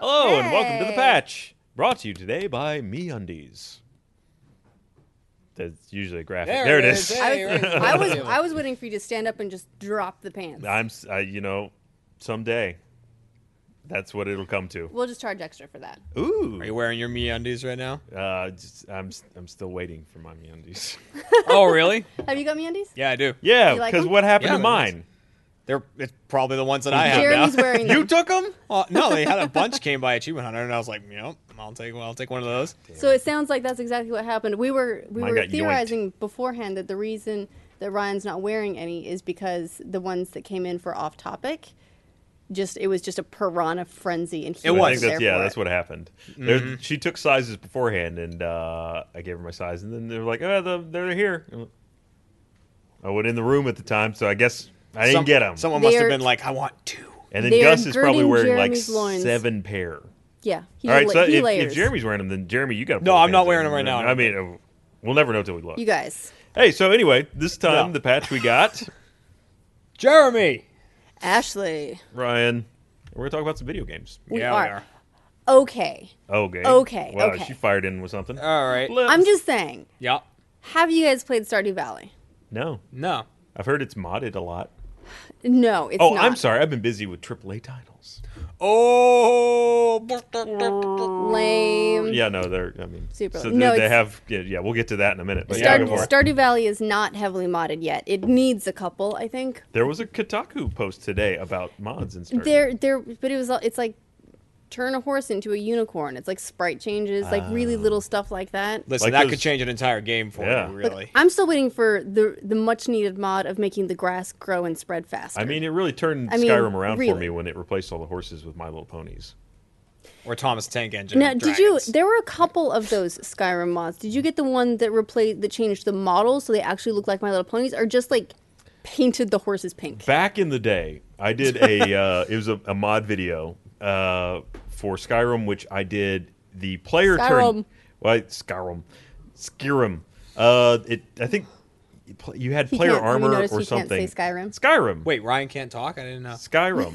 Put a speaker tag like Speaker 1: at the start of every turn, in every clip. Speaker 1: Hello and welcome to the
Speaker 2: Hey.
Speaker 1: patch. Brought to you today by Me Undies. That's usually a graphic. There, it is.
Speaker 2: I
Speaker 3: Hey,
Speaker 2: was,
Speaker 3: right.
Speaker 2: I was I was waiting for you to stand up and just drop the pants.
Speaker 1: I'm, s- I, you know, someday, that's what it'll come to.
Speaker 2: we'll just charge extra for that.
Speaker 1: Ooh,
Speaker 3: Are you wearing your me undies right now?
Speaker 1: uh, just, I'm, s- I'm still waiting for my MeUndies.
Speaker 3: oh, really?
Speaker 2: Have you got me undies?
Speaker 3: Yeah, I do.
Speaker 1: Yeah,
Speaker 2: You like
Speaker 1: because
Speaker 2: 'em?
Speaker 1: what happened
Speaker 3: Yeah,
Speaker 1: to
Speaker 3: they're
Speaker 1: mine?
Speaker 3: They're it's probably the ones that I have
Speaker 2: Jeremy's
Speaker 3: now.
Speaker 2: wearing
Speaker 3: you
Speaker 2: them.
Speaker 3: took them? Well, no, they had a bunch came by Achievement Hunter, and I was like, you know, I'll take well, I'll take one of those.
Speaker 2: So it sounds like that's exactly what happened. We were we
Speaker 1: Mine
Speaker 2: were
Speaker 1: got
Speaker 2: theorizing beforehand that the reason that Ryan's not wearing any is because the ones that came in for off topic, just it was just a piranha frenzy, and he
Speaker 3: It
Speaker 1: I
Speaker 3: was.
Speaker 1: think
Speaker 2: there
Speaker 1: that's, yeah,
Speaker 2: for
Speaker 1: that's
Speaker 2: it.
Speaker 1: what happened. There- She took sizes beforehand, and uh, I gave her my size, and then they were like, "Oh, the, they're here." I'm like, I went in the room at the time, so I guess I didn't
Speaker 3: Some-
Speaker 1: get them.
Speaker 3: Someone must
Speaker 2: They're-
Speaker 3: have been like, I want two.
Speaker 1: and then
Speaker 2: They are
Speaker 1: Gus is probably
Speaker 2: girding
Speaker 1: wearing
Speaker 2: Jeremy's
Speaker 1: like
Speaker 2: loins.
Speaker 1: seven pair.
Speaker 2: Yeah, he,
Speaker 1: All right,
Speaker 2: la-
Speaker 1: so
Speaker 2: he
Speaker 1: if,
Speaker 2: layers.
Speaker 1: if Jeremy's wearing them, then Jeremy, you got to.
Speaker 3: No, I'm not wearing 'em right now.
Speaker 1: I mean, uh, we'll never know till we look.
Speaker 2: you guys,
Speaker 1: Hey, so anyway, this time
Speaker 3: No.
Speaker 1: the patch we got
Speaker 3: Jeremy.
Speaker 2: Ashley,
Speaker 1: Ryan. We're gonna talk about some video games.
Speaker 2: we
Speaker 3: yeah,
Speaker 2: are okay.
Speaker 1: Okay.
Speaker 2: Okay,
Speaker 1: Oh, Wow,
Speaker 2: okay.
Speaker 1: she fired in with something.
Speaker 3: All right.
Speaker 1: Lips.
Speaker 2: I'm just saying.
Speaker 3: Yeah.
Speaker 2: Have you guys played Stardew Valley?
Speaker 1: no.
Speaker 3: No.
Speaker 1: I've heard it's modded a lot.
Speaker 2: No, it's
Speaker 1: Oh,
Speaker 2: not.
Speaker 1: I'm sorry. I've been busy with AAA titles.
Speaker 3: Oh.
Speaker 2: Lame.
Speaker 1: Yeah, no, they're. I mean,
Speaker 2: Super-
Speaker 1: So
Speaker 2: no,
Speaker 1: they, they
Speaker 2: it's-
Speaker 1: have. Yeah, yeah, we'll get to that in a minute. But yeah,
Speaker 2: Stardew,
Speaker 1: go for it.
Speaker 2: Stardew Valley is not heavily modded yet. It needs a couple, I think.
Speaker 1: there was a Kotaku post today about mods and Stardew.
Speaker 2: There, there, but it was. all- It's like turn a horse into a unicorn. It's like sprite changes, like
Speaker 1: Oh.
Speaker 2: really little stuff like that.
Speaker 3: Listen,
Speaker 1: Like
Speaker 3: that
Speaker 1: those-
Speaker 3: could change an entire game for
Speaker 1: Yeah.
Speaker 3: you,
Speaker 1: Look,
Speaker 3: really.
Speaker 2: I'm still waiting for the the much needed mod of making the grass grow and spread faster.
Speaker 1: I mean, it really turned
Speaker 2: I mean,
Speaker 1: Skyrim around for
Speaker 2: really.
Speaker 1: me when it replaced all the horses with My Little Ponies.
Speaker 3: Or Thomas the Tank Engine.
Speaker 2: now, did you?
Speaker 3: Dragons.
Speaker 2: There were a couple of those Skyrim mods. Did you get the one that replaced that changed the model so they actually look like My Little Ponies, or just like painted the horses pink?
Speaker 1: Back in the day, I did a. uh, it was a, a mod video uh, for Skyrim, which I did the player turn.
Speaker 2: Skyrim.
Speaker 1: Well, Skyrim, Skyrim. Uh, it. I think you pl- you had
Speaker 2: He
Speaker 1: player
Speaker 2: can't- have you
Speaker 1: armor
Speaker 2: noticed
Speaker 1: or
Speaker 2: he can't
Speaker 1: something.
Speaker 2: say Skyrim?
Speaker 1: Skyrim.
Speaker 3: Wait, Ryan can't talk? I didn't know.
Speaker 1: Skyrim.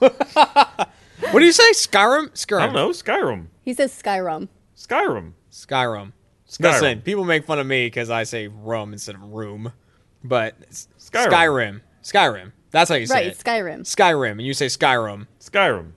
Speaker 3: What do you say? Skyrim? Skyrim.
Speaker 1: I don't know. Skyrim.
Speaker 2: He says Skyrim.
Speaker 1: Skyrim.
Speaker 3: Skyrim. Listen, people make fun of me because I say rum instead of room, but s-
Speaker 1: Skyrim.
Speaker 3: Skyrim, Skyrim. That's how you say
Speaker 2: Right,
Speaker 3: it.
Speaker 2: it's Skyrim.
Speaker 3: Skyrim, and you say Skyrim.
Speaker 1: Skyrim.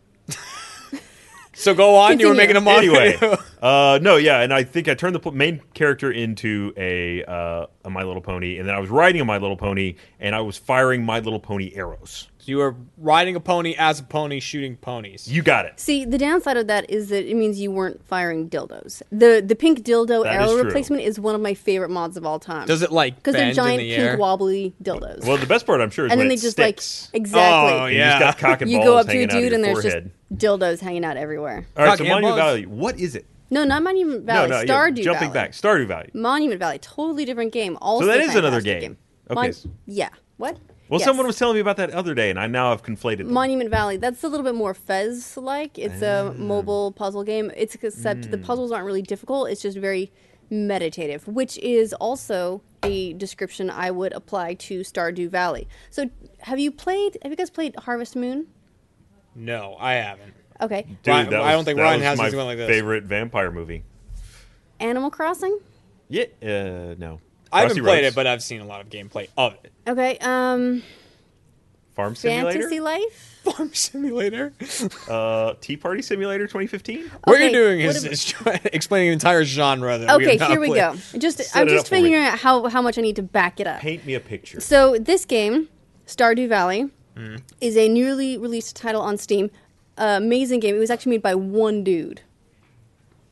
Speaker 3: So go on. You were
Speaker 2: Continue.
Speaker 3: making a mod
Speaker 1: Anyway,
Speaker 3: video.
Speaker 1: uh, no, yeah, and I think I turned the pl- main character into a, uh, a My Little Pony, and then I was riding a My Little Pony, and I was firing My Little Pony arrows.
Speaker 3: you were riding a pony as a pony, shooting ponies.
Speaker 1: You got it.
Speaker 2: See, the downside of that is that it means you weren't firing dildos. The the pink dildo
Speaker 1: That is
Speaker 2: arrow
Speaker 1: true.
Speaker 2: replacement is one of my favorite mods of all time.
Speaker 3: Does it like
Speaker 2: Because
Speaker 3: bend
Speaker 2: they're giant
Speaker 3: in the
Speaker 2: pink
Speaker 3: air?
Speaker 2: wobbly dildos.
Speaker 1: Well, the best part I'm sure is
Speaker 2: and
Speaker 1: when
Speaker 2: then
Speaker 1: it
Speaker 2: they just
Speaker 1: sticks.
Speaker 2: like exactly.
Speaker 3: Oh,
Speaker 1: and
Speaker 3: yeah.
Speaker 1: You just got cock and
Speaker 2: You
Speaker 1: balls
Speaker 2: go up to a
Speaker 1: hanging out of
Speaker 2: dude
Speaker 1: your
Speaker 2: and there's just
Speaker 1: forehead.
Speaker 2: dildos hanging out everywhere.
Speaker 1: All right,
Speaker 3: Cock
Speaker 1: so
Speaker 3: and
Speaker 1: Monument
Speaker 3: balls.
Speaker 1: Valley. What is it?
Speaker 2: No, not Monument Valley.
Speaker 1: no, no,
Speaker 2: Stardew
Speaker 1: yeah, jumping
Speaker 2: Valley.
Speaker 1: back. Stardew Valley.
Speaker 2: Monument Valley, totally different game. Also,
Speaker 1: that is another
Speaker 2: fantastic
Speaker 1: game. Okay.
Speaker 2: yeah. What?
Speaker 1: Well,
Speaker 2: Yes.
Speaker 1: someone was telling me about that other day, and I now have conflated them.
Speaker 2: Monument Valley. That's a little bit more Fez like. It's
Speaker 1: Ah.
Speaker 2: a mobile puzzle game. It's except
Speaker 1: Hmm.
Speaker 2: the puzzles aren't really difficult. It's just very meditative, which is also a description I would apply to Stardew Valley. So, have you played? Have you guys played Harvest Moon?
Speaker 3: No, I haven't.
Speaker 2: Okay.
Speaker 1: Dude,
Speaker 3: Ryan-
Speaker 1: that
Speaker 3: I don't
Speaker 1: was-
Speaker 3: think
Speaker 1: that
Speaker 3: Ryan
Speaker 1: was
Speaker 3: has
Speaker 1: my
Speaker 3: anything like this.
Speaker 1: favorite vampire movie.
Speaker 2: Animal Crossing.
Speaker 1: Yeah, uh, no.
Speaker 3: I haven't
Speaker 1: Frosty
Speaker 3: played
Speaker 1: Roads.
Speaker 3: it, but I've seen a lot of gameplay of it.
Speaker 2: Okay. Um,
Speaker 1: Farm Simulator,
Speaker 2: Fantasy Life.
Speaker 3: Farm Simulator.
Speaker 1: uh, Tea Party Simulator 2015.
Speaker 3: what you're
Speaker 2: Okay,
Speaker 3: doing
Speaker 2: what
Speaker 3: is,
Speaker 2: ab-
Speaker 3: is try- explaining an entire genre. That we
Speaker 2: Okay,
Speaker 3: have not
Speaker 2: here we
Speaker 3: played.
Speaker 2: go. Just
Speaker 1: Set
Speaker 2: I'm
Speaker 1: it
Speaker 2: just
Speaker 1: up for
Speaker 2: figuring
Speaker 1: me.
Speaker 2: out how how much I need to back it up.
Speaker 1: Paint me a picture.
Speaker 2: So this game, Stardew Valley, is a newly released title on Steam. amazing game. It was actually made by one dude,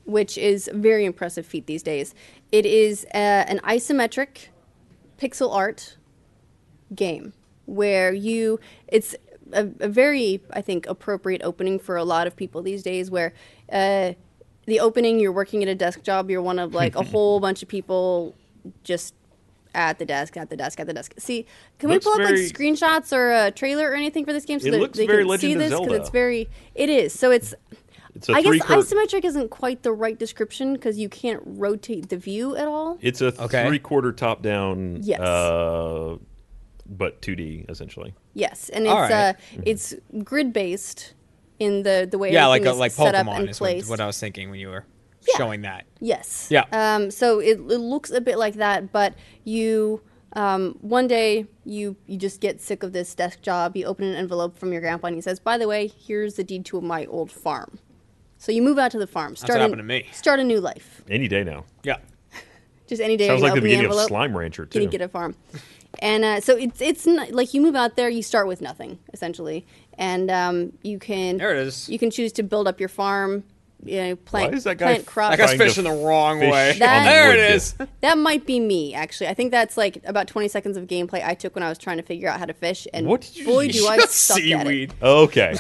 Speaker 2: which is a very impressive feat these days. It is uh, an isometric pixel art game where you it's a, a very i think appropriate opening for a lot of people these days where uh, the opening you're working at a desk job you're one of like a whole bunch of people just at the desk at the desk at the desk see can
Speaker 1: Looks
Speaker 2: we pull up
Speaker 1: very-
Speaker 2: like screenshots or a trailer or anything for this game so
Speaker 1: It
Speaker 2: that
Speaker 1: looks
Speaker 2: they
Speaker 1: very
Speaker 2: can
Speaker 1: Legend
Speaker 2: see
Speaker 1: of
Speaker 2: this because
Speaker 1: Zelda.
Speaker 2: it's very it is so it's
Speaker 1: It's a
Speaker 2: I guess
Speaker 1: three. quar-
Speaker 2: isometric isn't quite the right description because you can't rotate the view at all.
Speaker 1: it's a
Speaker 3: Okay.
Speaker 1: three-quarter top-down.
Speaker 2: Yes.
Speaker 1: Uh, but 2D essentially.
Speaker 2: Yes, and it's
Speaker 3: All right.
Speaker 2: uh, it's grid based, in the the way
Speaker 3: yeah, like
Speaker 2: everything
Speaker 3: a,
Speaker 2: is
Speaker 3: like
Speaker 2: set up
Speaker 3: Pokemon
Speaker 2: and
Speaker 3: is what,
Speaker 2: placed.
Speaker 3: what I was thinking when you were
Speaker 2: Yeah.
Speaker 3: showing that.
Speaker 2: Yes.
Speaker 3: Yeah.
Speaker 2: Um, so it, it looks a bit like that, but you um, one day you you just get sick of this desk job. You open an envelope from your grandpa, and he says, "By the way, here's the deed to my old farm." So you move out to the farm. Start a,
Speaker 3: happened to me.
Speaker 2: Start a new life.
Speaker 1: Any day now.
Speaker 3: Yeah,
Speaker 2: Just any day.
Speaker 1: Sounds
Speaker 2: you
Speaker 1: like the
Speaker 2: open
Speaker 1: beginning
Speaker 2: envelope,
Speaker 1: of Slime Rancher
Speaker 2: Can
Speaker 1: too.
Speaker 2: you get a farm? And uh, so it's it's not, like you move out there, you start with nothing essentially, and um, you can
Speaker 3: There it is.
Speaker 2: You can choose to build up your farm, you know, plant
Speaker 1: is that guy
Speaker 2: plant
Speaker 1: f-
Speaker 2: crops.
Speaker 3: that guy's
Speaker 1: Trying to
Speaker 3: fishing the wrong
Speaker 1: fish
Speaker 3: way.
Speaker 1: on
Speaker 2: That-
Speaker 1: the
Speaker 3: there
Speaker 1: wood.
Speaker 3: it is.
Speaker 2: That might be me, actually. I think that's like about 20 seconds of gameplay I took when I was trying to figure out how to fish, and
Speaker 1: What did you
Speaker 2: boy, do I
Speaker 3: Just
Speaker 2: suck at it.
Speaker 3: seaweed.
Speaker 1: Okay.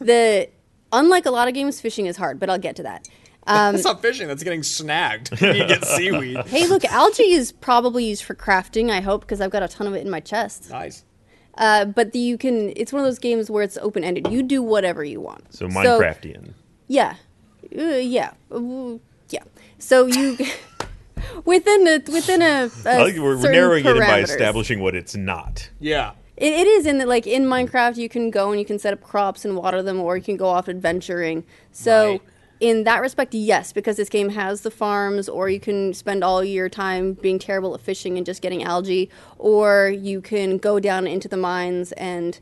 Speaker 2: The unlike a lot of games, fishing is hard, but I'll get to that. Um,
Speaker 3: That's not fishing. That's getting snagged. you get seaweed.
Speaker 2: hey, look, algae is probably used for crafting. I hope because I've got a ton of it in my chest.
Speaker 3: Nice.
Speaker 2: Uh, but the, you can. It's one of those games where it's open ended. You do whatever you want.
Speaker 1: So Minecraftian.
Speaker 2: Yeah, uh, yeah, Uh, yeah. So you within a within a, a
Speaker 1: I think we're
Speaker 2: certain
Speaker 1: narrowing it in by
Speaker 2: parameters.
Speaker 1: establishing what it's not.
Speaker 3: Yeah.
Speaker 2: It, it is in that like in Minecraft you can go and you can set up crops and water them or you can go off adventuring. So
Speaker 3: Right.
Speaker 2: in that respect, yes, because this game has the farms or you can spend all your time being terrible at fishing and just getting algae or you can go down into the mines and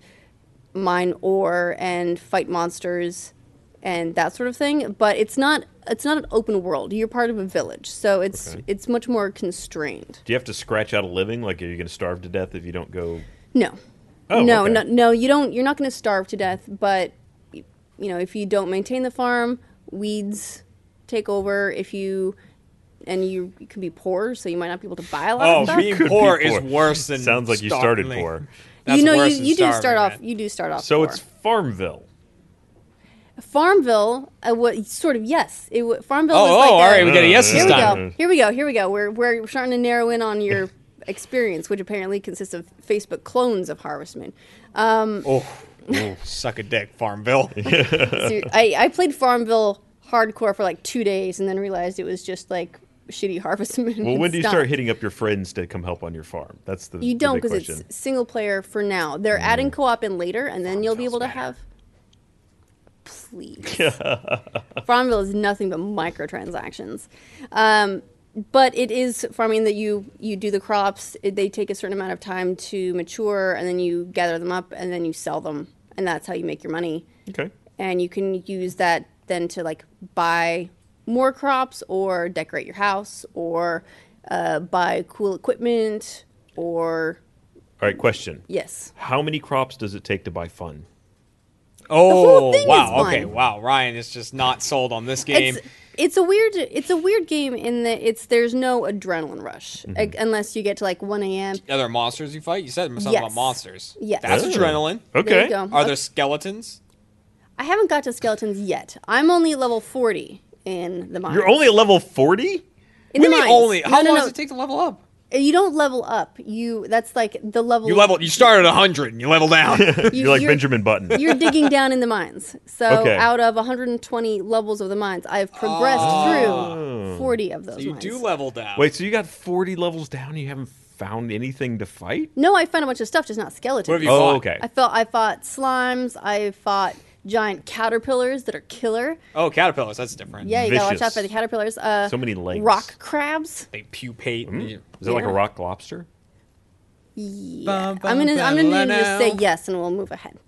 Speaker 2: mine ore and fight monsters and that sort of thing, but it's not it's not an open world. You're part of a village. So it's
Speaker 1: Okay.
Speaker 2: it's much more constrained.
Speaker 1: Do you have to scratch out a living? Like, are you going to starve to death if you don't go?
Speaker 2: No.
Speaker 1: Oh,
Speaker 2: no,
Speaker 1: okay.
Speaker 2: no, no. You don't. You're not going to starve to death, but y- you know, if you don't maintain the farm, weeds take over. If you and you, you can be poor, so you might not be able to buy a lot
Speaker 3: Oh,
Speaker 2: of stuff.
Speaker 3: being
Speaker 1: Could be
Speaker 3: poor, is
Speaker 1: poor.
Speaker 3: worse than.
Speaker 1: Sounds like you started
Speaker 3: starving.
Speaker 1: poor.
Speaker 3: That's
Speaker 2: you know,
Speaker 3: worse
Speaker 2: you,
Speaker 3: than
Speaker 2: you do start
Speaker 3: starving,
Speaker 2: off.
Speaker 3: man.
Speaker 2: You do start off.
Speaker 1: So
Speaker 2: poor.
Speaker 1: it's Farmville.
Speaker 2: Farmville. Uh, what sort of yes? It, wa- Farmville.
Speaker 3: Oh,
Speaker 2: was
Speaker 3: oh,
Speaker 2: like
Speaker 3: all
Speaker 2: a-
Speaker 3: right, we got a yes
Speaker 2: Here
Speaker 3: this
Speaker 2: we
Speaker 3: time.
Speaker 2: go. Here we go. Here we go. We're we're starting to narrow in on your experience, which apparently consists of Facebook clones of Harvestman.
Speaker 3: Oh, suck a dick, Farmville.
Speaker 2: Ser- I, I played Farmville hardcore for like two days and then realized it was just like shitty Harvest Moon.
Speaker 1: Well,
Speaker 2: and
Speaker 1: when do you
Speaker 2: stuff.
Speaker 1: start hitting up your friends to come help on your farm? That's the
Speaker 2: You
Speaker 1: the
Speaker 2: don't
Speaker 1: big
Speaker 2: because
Speaker 1: question. Mm.
Speaker 2: it's single player for now. They're adding co op in later, and then you'll be
Speaker 3: Farmville's
Speaker 2: able to
Speaker 3: better.
Speaker 2: have. Please. Farmville is nothing but microtransactions. Um, but it is farming that you you do the crops. It, they take a certain amount of time to mature, and then you gather them up, and then you sell them, and that's how you make your money
Speaker 1: okay.
Speaker 2: and you can use that then to like buy more crops or decorate your house or uh, buy cool equipment or
Speaker 1: All right. Question:
Speaker 2: yes
Speaker 1: How many crops does it take to buy fun?
Speaker 3: Oh,
Speaker 2: thing is
Speaker 3: wow. Okay,
Speaker 2: fun.
Speaker 3: wow. Ryan is just not sold on this game.
Speaker 2: it's, it's a weird it's a weird game in that it's there's no adrenaline rush
Speaker 3: Mm-hmm.
Speaker 2: like, unless you get to like 1 a.m
Speaker 3: Are there monsters you fight? You said something
Speaker 2: Yes.
Speaker 3: about monsters.
Speaker 2: Yes.
Speaker 3: That's
Speaker 1: Oh.
Speaker 3: adrenaline.
Speaker 1: Okay.
Speaker 2: there you go
Speaker 3: Are there skeletons?
Speaker 2: i haven't got to skeletons yet i'm only level 40 in the mines
Speaker 1: You're only at level forty.
Speaker 2: in
Speaker 3: What
Speaker 2: the
Speaker 3: do you mean
Speaker 2: mines.
Speaker 3: only?
Speaker 2: No,
Speaker 3: How
Speaker 2: no,
Speaker 3: long
Speaker 2: no.
Speaker 3: does it take to level up?
Speaker 2: you don't level up you that's like the level
Speaker 3: You level. You start at hundred and you level down.
Speaker 2: you-
Speaker 1: You're like
Speaker 2: you're-
Speaker 1: Benjamin Button.
Speaker 2: you're digging down in the mines. So
Speaker 1: Okay.
Speaker 2: out of 120 levels of the mines, I've progressed
Speaker 1: Ah.
Speaker 2: through 40 of those.
Speaker 3: you
Speaker 2: mines.
Speaker 3: do level down.
Speaker 1: Wait, so you got forty levels down? And you haven't found anything to fight?
Speaker 2: no, I found a bunch of stuff, just not skeletons.
Speaker 3: What have you
Speaker 1: Oh,
Speaker 3: fought?
Speaker 1: okay.
Speaker 2: I felt I fought slimes. I fought giant caterpillars that are killer.
Speaker 3: Oh, caterpillars. That's different.
Speaker 2: Yeah, you gotta watch out
Speaker 1: Vicious.
Speaker 2: for the caterpillars. Uh,
Speaker 1: So many legs.
Speaker 2: rock crabs.
Speaker 3: They pupate.
Speaker 1: Hmm?
Speaker 3: and
Speaker 1: Is
Speaker 3: you-
Speaker 1: it like a
Speaker 2: Yeah.
Speaker 1: rock lobster?
Speaker 2: Yeah.
Speaker 3: Bum,
Speaker 2: I'm gonna
Speaker 3: bum,
Speaker 2: I'm
Speaker 3: bum,
Speaker 2: gonna need you to
Speaker 3: la,
Speaker 2: say
Speaker 3: now.
Speaker 2: yes, and we'll move ahead.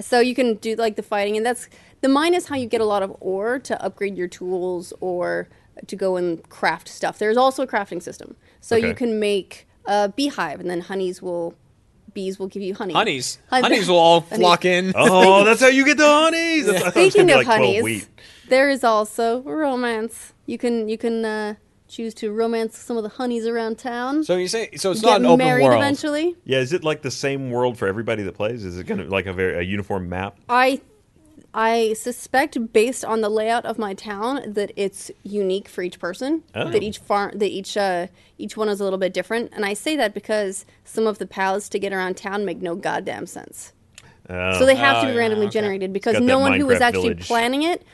Speaker 2: so you can do like the fighting, and that's the mine is how you get a lot of ore to upgrade your tools or to go and craft stuff. There's also a crafting system, so
Speaker 1: Okay.
Speaker 2: you can make a beehive, and then honeys will bees will give you honey.
Speaker 3: Honeys.
Speaker 2: Hun-
Speaker 3: Honeys will all
Speaker 2: Honeys.
Speaker 3: flock in.
Speaker 1: Oh, that's how you get the honeys. That's- I thought it was
Speaker 2: Speaking
Speaker 1: gonna
Speaker 2: of
Speaker 1: be like 12
Speaker 2: honeys,
Speaker 1: wheat.
Speaker 2: there is also romance. You can you can uh, choose to romance some of the honeys around town.
Speaker 3: So you say. So it's
Speaker 2: get
Speaker 3: not an open
Speaker 2: married
Speaker 3: world.
Speaker 2: eventually.
Speaker 1: Yeah, is it like the same world for everybody that plays? Is it gonna like a very a uniform map?
Speaker 2: I I suspect based on the layout of my town that it's unique for each person.
Speaker 1: Oh.
Speaker 2: That each farm that each uh, each one is a little bit different. And I say that because some of the paths to get around town make no goddamn sense.
Speaker 1: Uh,
Speaker 2: So they have to
Speaker 3: Oh,
Speaker 2: be
Speaker 3: yeah,
Speaker 2: randomly
Speaker 3: okay.
Speaker 2: generated because
Speaker 1: got
Speaker 2: no
Speaker 1: that
Speaker 2: one who was
Speaker 1: Minecraft
Speaker 2: actually
Speaker 1: village.
Speaker 2: planning it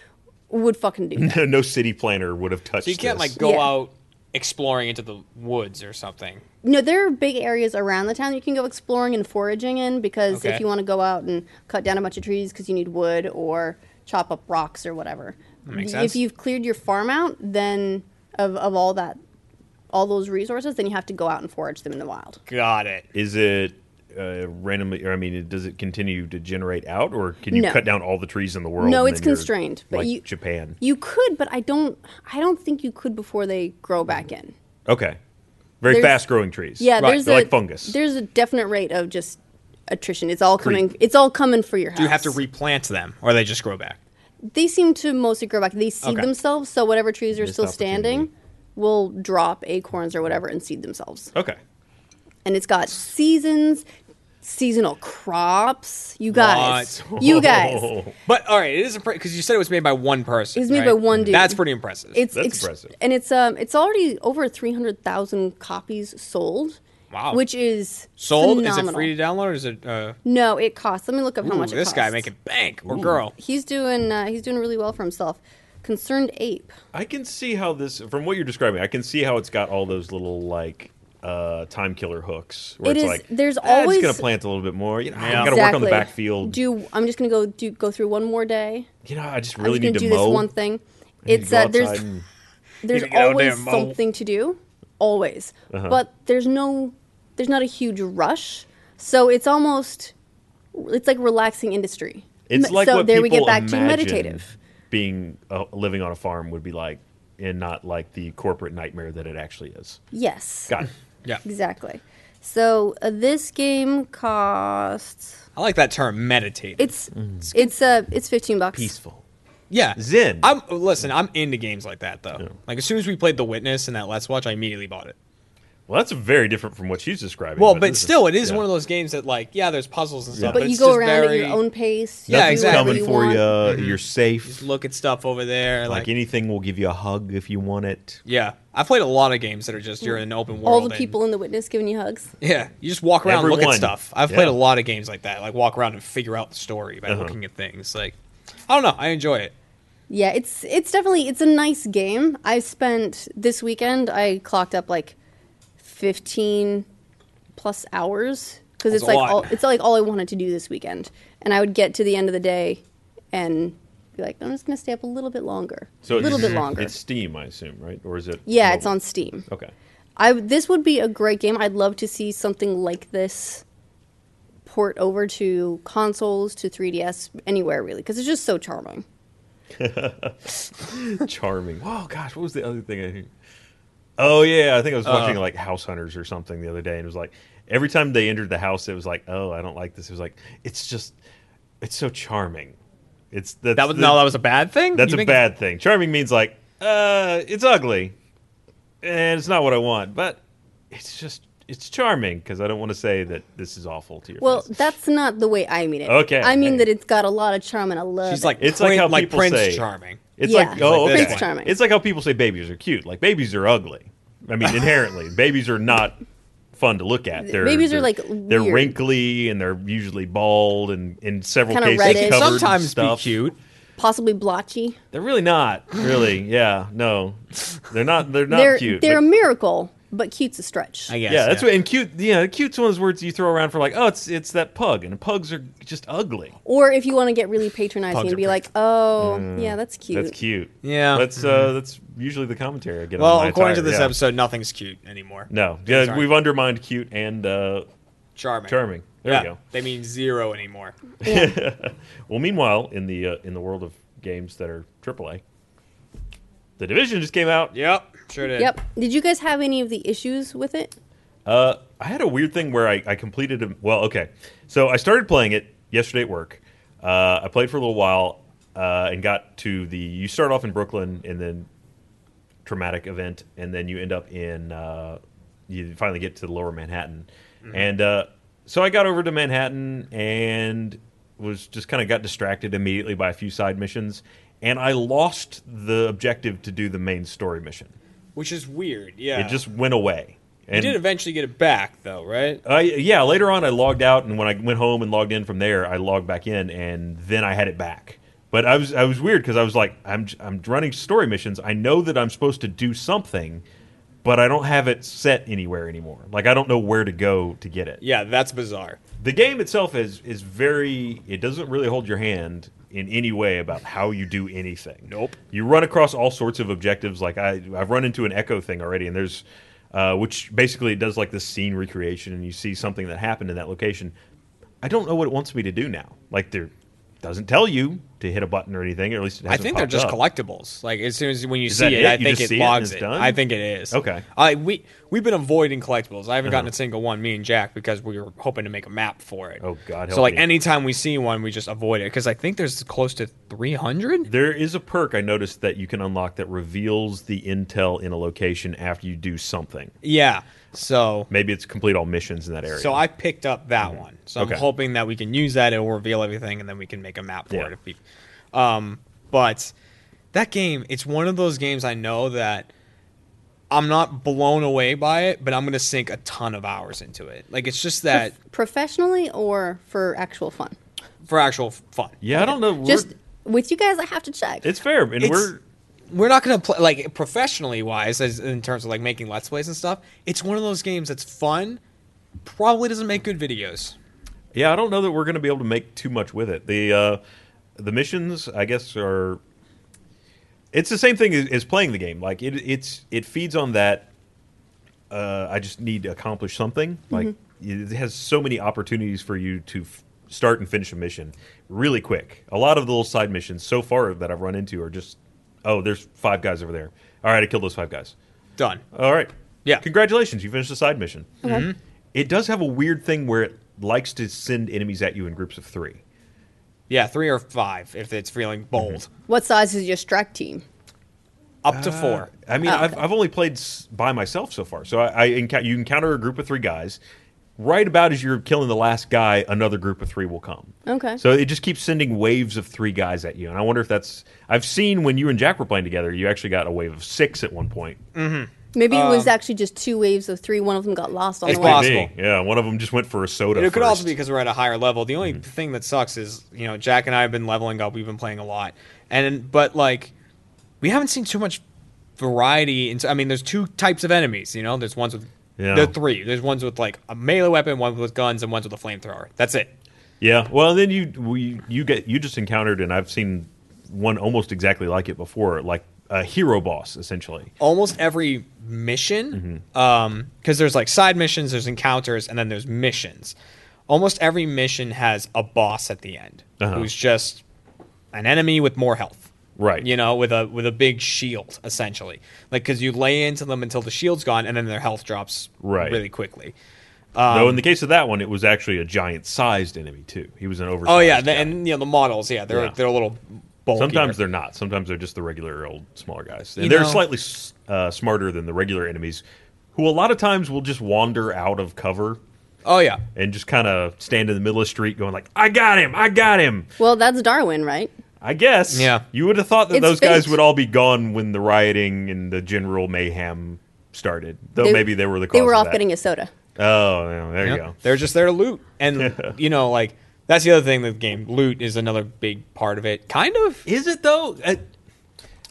Speaker 2: would fucking do that.
Speaker 1: no city planner would have touched.
Speaker 3: So you can't
Speaker 1: this.
Speaker 3: like go
Speaker 2: Yeah.
Speaker 3: out exploring into the woods or something.
Speaker 2: No, there are big areas around the town that you can go exploring and foraging in because
Speaker 3: Okay.
Speaker 2: if you want to go out and cut down a bunch of trees because you need wood or chop up rocks or whatever.
Speaker 3: makes
Speaker 2: Y-
Speaker 3: sense.
Speaker 2: If you've cleared your farm out, then of, of all that, all those resources, then you have to go out and forage them in the wild.
Speaker 3: Got it.
Speaker 1: Is it uh, randomly? Or I mean, it- does it continue to generate out, or can you
Speaker 2: No.
Speaker 1: cut down all the trees in the world?
Speaker 2: No,
Speaker 1: and
Speaker 2: it's
Speaker 1: then you're
Speaker 2: constrained, but
Speaker 1: like
Speaker 2: you-
Speaker 1: Japan.
Speaker 2: You could, but I don't. I don't think you could before they grow back in.
Speaker 1: Okay, very
Speaker 2: There's-
Speaker 1: fast-growing trees.
Speaker 2: Yeah,
Speaker 3: Right,
Speaker 2: there's
Speaker 1: they're
Speaker 2: a,
Speaker 1: like fungus.
Speaker 2: There's a definite rate of just attrition. It's all coming. It's all coming for your house.
Speaker 3: Do you have to replant them, or they just grow back?
Speaker 2: they seem to mostly grow back. They seed
Speaker 3: Okay.
Speaker 2: themselves, so whatever trees are
Speaker 1: Missed
Speaker 2: still
Speaker 1: opportunity.
Speaker 2: standing will drop acorns or whatever and seed themselves.
Speaker 1: Okay,
Speaker 2: And it's got seasons, seasonal crops. You guys,
Speaker 3: What?
Speaker 2: you guys,
Speaker 1: Oh.
Speaker 3: But all right, it is because you said it was made by one person.
Speaker 2: It was made
Speaker 3: right?
Speaker 2: by one dude.
Speaker 3: That's pretty impressive.
Speaker 2: it's
Speaker 1: That's
Speaker 2: ex-
Speaker 1: impressive.
Speaker 2: and it's um it's already over three hundred thousand copies sold.
Speaker 3: Wow.
Speaker 2: which is
Speaker 3: sold. Is it
Speaker 2: phenomenal.
Speaker 3: free to download? Or is it? Uh,
Speaker 2: No, it costs. Let me look up how
Speaker 3: ooh,
Speaker 2: much it
Speaker 3: this guy
Speaker 2: costs.
Speaker 3: making bank or girl?
Speaker 2: He's doing uh, he's doing really well for himself. Concerned ape.
Speaker 1: I can see how this, from what you're describing, I can see how it's got all those little like uh, time killer hooks. Where
Speaker 2: It
Speaker 1: it's
Speaker 2: is-
Speaker 1: like
Speaker 2: there's
Speaker 1: "Ah, I'm just
Speaker 2: always-
Speaker 1: gonna plant a little bit more. You know,
Speaker 3: Yeah.
Speaker 1: I gotta work on the
Speaker 2: Exactly.
Speaker 1: backfield.
Speaker 2: Do I'm just gonna go do go through one more day.
Speaker 1: you know, I just
Speaker 2: I'm
Speaker 1: really
Speaker 2: just
Speaker 1: need to
Speaker 2: gonna do
Speaker 1: mow.
Speaker 2: this one thing.
Speaker 1: I need to
Speaker 2: It's
Speaker 1: go
Speaker 2: uh, there's
Speaker 1: outside and-
Speaker 2: there's
Speaker 3: Need to get out there
Speaker 2: always
Speaker 3: and mow.
Speaker 2: something to do, always.
Speaker 1: Uh-huh.
Speaker 2: But there's no there's not a huge rush, so it's almost it's like relaxing industry.
Speaker 1: It's
Speaker 2: M-
Speaker 1: like
Speaker 2: so
Speaker 1: what
Speaker 2: there
Speaker 1: people
Speaker 2: we get back to
Speaker 1: imagine
Speaker 2: meditative.
Speaker 1: Being uh, living on a farm would be like, and not like the corporate nightmare that it actually is.
Speaker 2: Yes,
Speaker 1: Got it.
Speaker 3: Yeah,
Speaker 2: exactly. So uh, this game costs
Speaker 3: I like that term. Meditate.
Speaker 2: It's it's uh it's fifteen bucks.
Speaker 1: Mm. peaceful.
Speaker 3: yeah,
Speaker 1: Zen.
Speaker 3: I'm listen. I'm into games like that though. Like as soon as we played The Witness and that Let's Watch, I immediately bought it.
Speaker 1: Well, that's very different from what she's describing.
Speaker 3: Well, but
Speaker 1: this
Speaker 3: still, it is
Speaker 1: yeah.
Speaker 3: one of those games that like yeah, there's puzzles and stuff,
Speaker 1: Yeah.
Speaker 3: but,
Speaker 2: But you
Speaker 3: it's
Speaker 2: go
Speaker 3: just
Speaker 2: around
Speaker 3: very-
Speaker 2: at your own pace. you
Speaker 3: Yeah,
Speaker 2: do
Speaker 1: Nothing's
Speaker 2: whatever
Speaker 1: coming
Speaker 2: you
Speaker 1: for
Speaker 2: want.
Speaker 1: you. You're safe.
Speaker 3: Look at stuff over there, like,
Speaker 1: like anything will give you a hug if you want it.
Speaker 3: yeah. I've played a lot of games that are just you're in an open world.
Speaker 2: All the
Speaker 3: and-
Speaker 2: people in the witness giving you hugs.
Speaker 3: Yeah, you just walk around, look at
Speaker 1: Everyone.
Speaker 3: stuff. I've played
Speaker 1: Yeah.
Speaker 3: a lot of games like that, like walk around and figure out the story by
Speaker 1: Uh-huh.
Speaker 3: looking at things. Like, I don't know, I enjoy it.
Speaker 2: Yeah, it's it's definitely it's a nice game. I spent this weekend. I clocked up like fifteen plus hours because
Speaker 3: That's
Speaker 2: it's
Speaker 3: a
Speaker 2: like
Speaker 3: lot.
Speaker 2: all, it's like all I wanted to do this weekend. And I would get to the end of the day and be like, I'm just gonna stay up a little bit longer, a little
Speaker 1: it's-
Speaker 2: bit longer.
Speaker 1: It's Steam, I assume, right? Or is it?
Speaker 2: yeah, it's
Speaker 1: mobile?
Speaker 2: on Steam.
Speaker 1: Okay.
Speaker 2: I this would be a great game. I'd love to see something like this port over to consoles, to 3DS, anywhere really, because it's just so charming.
Speaker 1: Charming. Oh gosh, what was the other thing? I heard? Oh yeah, I think I was watching
Speaker 3: Uh.
Speaker 1: like House Hunters or something the other day, and it was like every time they entered the house, it was like, oh, I don't like this. It was like it's just, it's so charming. It's that's
Speaker 3: That was
Speaker 1: the-
Speaker 3: no, that was a bad thing.
Speaker 1: that's
Speaker 3: You
Speaker 1: a
Speaker 3: think-
Speaker 1: bad thing. Charming means like, uh, it's ugly, and it's not what I want, but it's just it's charming because I don't want to say that this is awful to your
Speaker 2: Well,
Speaker 1: face.
Speaker 2: that's not the way I mean it.
Speaker 1: Okay,
Speaker 2: I mean
Speaker 1: hey.
Speaker 2: that it's got a lot of charm and I love.
Speaker 3: She's
Speaker 2: it.
Speaker 3: like,
Speaker 1: It's
Speaker 3: Prin-
Speaker 1: like how
Speaker 3: like
Speaker 1: people
Speaker 3: Prince
Speaker 1: say-
Speaker 3: Charming.
Speaker 1: It's
Speaker 2: Yeah.
Speaker 1: like oh,
Speaker 3: Like
Speaker 1: okay.
Speaker 3: this one.
Speaker 2: Charming.
Speaker 1: It's like how people say babies are cute. Like babies are ugly. I mean, inherently, babies are not fun to look at. They're,
Speaker 2: Babies are,
Speaker 1: they're-
Speaker 2: like,
Speaker 1: they're
Speaker 2: weird.
Speaker 1: wrinkly and they're usually bald and in several
Speaker 2: Kinda
Speaker 1: cases
Speaker 2: reddish. They
Speaker 1: covered
Speaker 2: can
Speaker 1: in
Speaker 3: sometimes be
Speaker 1: stuff.
Speaker 3: cute.
Speaker 2: possibly blotchy.
Speaker 1: They're really not. Really, yeah, no, they're not. They're not
Speaker 2: they're
Speaker 1: cute.
Speaker 2: they're
Speaker 1: but-
Speaker 2: a miracle, but cute's a stretch.
Speaker 3: I guess.
Speaker 1: yeah, that's what and cute. Yeah, cute's one of those words you throw around for like, oh, it's it's that pug, and pugs are just ugly.
Speaker 2: Or if you want to get really patronizing
Speaker 3: Pugs are
Speaker 2: and be
Speaker 3: pretty.
Speaker 2: like, oh, yeah, that's cute.
Speaker 1: Mm. That's cute.
Speaker 3: Yeah. Mm-hmm.
Speaker 1: that's uh, that's usually the commentary I get.
Speaker 3: Well,
Speaker 1: on my
Speaker 3: according to
Speaker 1: attire,
Speaker 3: this
Speaker 1: yeah.
Speaker 3: episode, nothing's cute anymore.
Speaker 1: No,
Speaker 3: Things
Speaker 1: yeah,
Speaker 3: aren't
Speaker 1: we've undermined cute and uh,
Speaker 3: charming.
Speaker 1: charming. There
Speaker 3: yeah,
Speaker 1: we go.
Speaker 3: They mean zero anymore.
Speaker 1: Well, meanwhile, in the uh, in the world of games that are AAA, the division just came out.
Speaker 3: Yep, sure did.
Speaker 2: Yep. Did you guys have any of the issues with it?
Speaker 1: Uh, I had a weird thing where I, I completed. A, well, okay, so I started playing it yesterday at work. Uh, I played for a little while uh, and got to the. You start off in Brooklyn and then traumatic event, and then you end up in. Uh, you finally get to the Lower Manhattan,
Speaker 3: Mm-hmm.
Speaker 1: and uh, so I got over to Manhattan and was just kind of got distracted immediately by a few side missions, and I lost the objective to do the main story mission.
Speaker 3: Which is weird. Yeah.
Speaker 1: It just went away.
Speaker 3: You
Speaker 1: And
Speaker 3: did eventually get it back though, right?
Speaker 1: I yeah, later on I logged out and when I went home and logged in from there, I logged back in and then I had it back. But I was I was weird cuz I was like I'm I'm running story missions. I know that I'm supposed to do something, but I don't have it set anywhere anymore. Like I don't know where to go to get it.
Speaker 3: Yeah, that's bizarre.
Speaker 1: The game itself is is very. It doesn't really hold your hand in any way about how you do anything.
Speaker 3: Nope.
Speaker 1: You run across all sorts of objectives. Like I, I've run into an echo thing already, and there's. Uh, which basically does like this scene recreation, and you see something that happened in that location. I don't know what it wants me to do now. Like there doesn't tell you to hit a button or anything. Or at least it
Speaker 3: I
Speaker 1: hasn't
Speaker 3: think they're
Speaker 1: popped
Speaker 3: just
Speaker 1: up.
Speaker 3: collectibles. Like as soon as when you
Speaker 1: Is
Speaker 3: see
Speaker 1: that
Speaker 3: it,
Speaker 1: it?
Speaker 3: I
Speaker 1: You
Speaker 3: think
Speaker 1: just
Speaker 3: it
Speaker 1: see it and
Speaker 3: logs
Speaker 1: it's
Speaker 3: it.
Speaker 1: done?
Speaker 3: I think it is.
Speaker 1: Okay. Uh-huh.
Speaker 3: I we we've been avoiding collectibles. I haven't gotten a single one. Me and Jack because we were hoping to make a map for it.
Speaker 1: Oh, God,
Speaker 3: So
Speaker 1: help
Speaker 3: like
Speaker 1: me.
Speaker 3: anytime we see one, we just avoid it because I think there's close to 300.
Speaker 1: There is a perk I noticed that you can unlock that reveals the intel in a location after you do something.
Speaker 3: Yeah. So
Speaker 1: Maybe it's complete all missions in that area. Mm-hmm.
Speaker 3: so I picked up that one. So
Speaker 1: Okay.
Speaker 3: I'm hoping that we can use that. It will reveal everything, and then we can make a map for
Speaker 1: Yeah.
Speaker 3: it. If we, um, but that game, it's one of those games I know that I'm not blown away by it, but I'm gonna sink a ton of hours into it. Like it's just that
Speaker 2: professionally or for actual fun.
Speaker 3: for actual fun.
Speaker 1: yeah, I don't know. We're-
Speaker 2: Just with you guys, I have to check.
Speaker 1: it's fair, and
Speaker 3: It's-
Speaker 1: we're
Speaker 3: We're not gonna play like professionally wise, as in terms of like making let's plays and stuff. It's one of those games that's fun. Probably doesn't make good videos.
Speaker 1: yeah, I don't know that we're going to be able to make too much with it. The uh, the missions, I guess, are it's the same thing as, as playing the game. Like it, it's it feeds on that. Uh, I just need to accomplish something. Like it has so many opportunities for you to f- start and finish a mission really quick. A lot of the little side missions so far that I've run into are just oh, there's five guys over there. All right, I killed those five guys.
Speaker 3: Done.
Speaker 1: All right.
Speaker 3: Yeah.
Speaker 1: Congratulations, you finished the side mission. It does have a weird thing where it likes to send enemies at you in groups of three.
Speaker 3: Yeah, three or five if it's feeling bold.
Speaker 1: Mm-hmm.
Speaker 2: what size is your strike team?
Speaker 3: Up
Speaker 1: Uh,
Speaker 3: to Uh, four.
Speaker 1: I mean,
Speaker 2: Oh,
Speaker 1: I've,
Speaker 2: okay.
Speaker 1: I've only played s- by myself so far. So I, I encou- you encounter a group of three guys. Right about as you're killing the last guy, another group of three will come.
Speaker 2: Okay.
Speaker 1: So it just keeps sending waves of three guys at you, and I wonder if that's. I've seen when you and Jack were playing together, you actually got a wave of six at one point.
Speaker 3: Mm.
Speaker 2: Maybe it
Speaker 1: um,
Speaker 2: was actually just two waves of three. One of them got lost on
Speaker 3: It's
Speaker 2: the way.
Speaker 3: possible.
Speaker 1: Me, yeah, one of them just went for a soda.
Speaker 3: It could also
Speaker 1: first. Mm-hmm.
Speaker 3: be because we're at a higher level. The only thing that sucks is, you know, Jack and I have been leveling up. We've been playing a lot, and but like, we haven't seen too much variety. Into, I mean, there's two types of enemies. You know, there's ones with
Speaker 1: Yeah.
Speaker 3: there are three. There's ones with like a melee weapon, one with guns, and ones with a flamethrower. That's it.
Speaker 1: Yeah. Well, then you we, you get you just encountered, and I've seen one almost exactly like it before, like a hero boss essentially.
Speaker 3: Almost every mission,
Speaker 1: Mm-hmm.
Speaker 3: because there's like side missions, there's encounters, and then there's missions. Almost every mission has a boss at the end,
Speaker 1: Uh-huh.
Speaker 3: who's just an enemy with more health.
Speaker 1: Right.
Speaker 3: You know, with a with a big shield essentially. Like cuz you lay into them until the shield's gone and then their health drops
Speaker 1: Right.
Speaker 3: really quickly. Um,
Speaker 1: Though in the case of that one, it was actually a giant sized enemy too. He was an oversized.
Speaker 3: Oh yeah,
Speaker 1: guy.
Speaker 3: the, and you know the models, yeah, they're
Speaker 1: Yeah.
Speaker 3: they're a little bulky.
Speaker 1: sometimes they're not. Sometimes they're just the regular old smaller guys, and
Speaker 3: You
Speaker 1: they're
Speaker 3: know-
Speaker 1: slightly s- uh, smarter than the regular enemies, who a lot of times will just wander out of cover
Speaker 3: Oh yeah.
Speaker 1: and just kind of stand in the middle of the street, going like, "I got him! I got him!"
Speaker 2: Well, that's Darwin, right?
Speaker 1: I guess.
Speaker 3: Yeah.
Speaker 1: You would have thought that
Speaker 2: It's
Speaker 1: those guys
Speaker 2: fate.
Speaker 1: would all be gone when the rioting and the general mayhem started. Though maybe they were the cause
Speaker 2: They were
Speaker 1: of
Speaker 2: off
Speaker 1: that.
Speaker 2: getting a soda.
Speaker 1: Oh, yeah, there
Speaker 3: Yeah.
Speaker 1: you go.
Speaker 3: They're just there to loot. And you know, like that's the other thing that the game loot is another big part of it. Kind of.
Speaker 1: Is it though? I,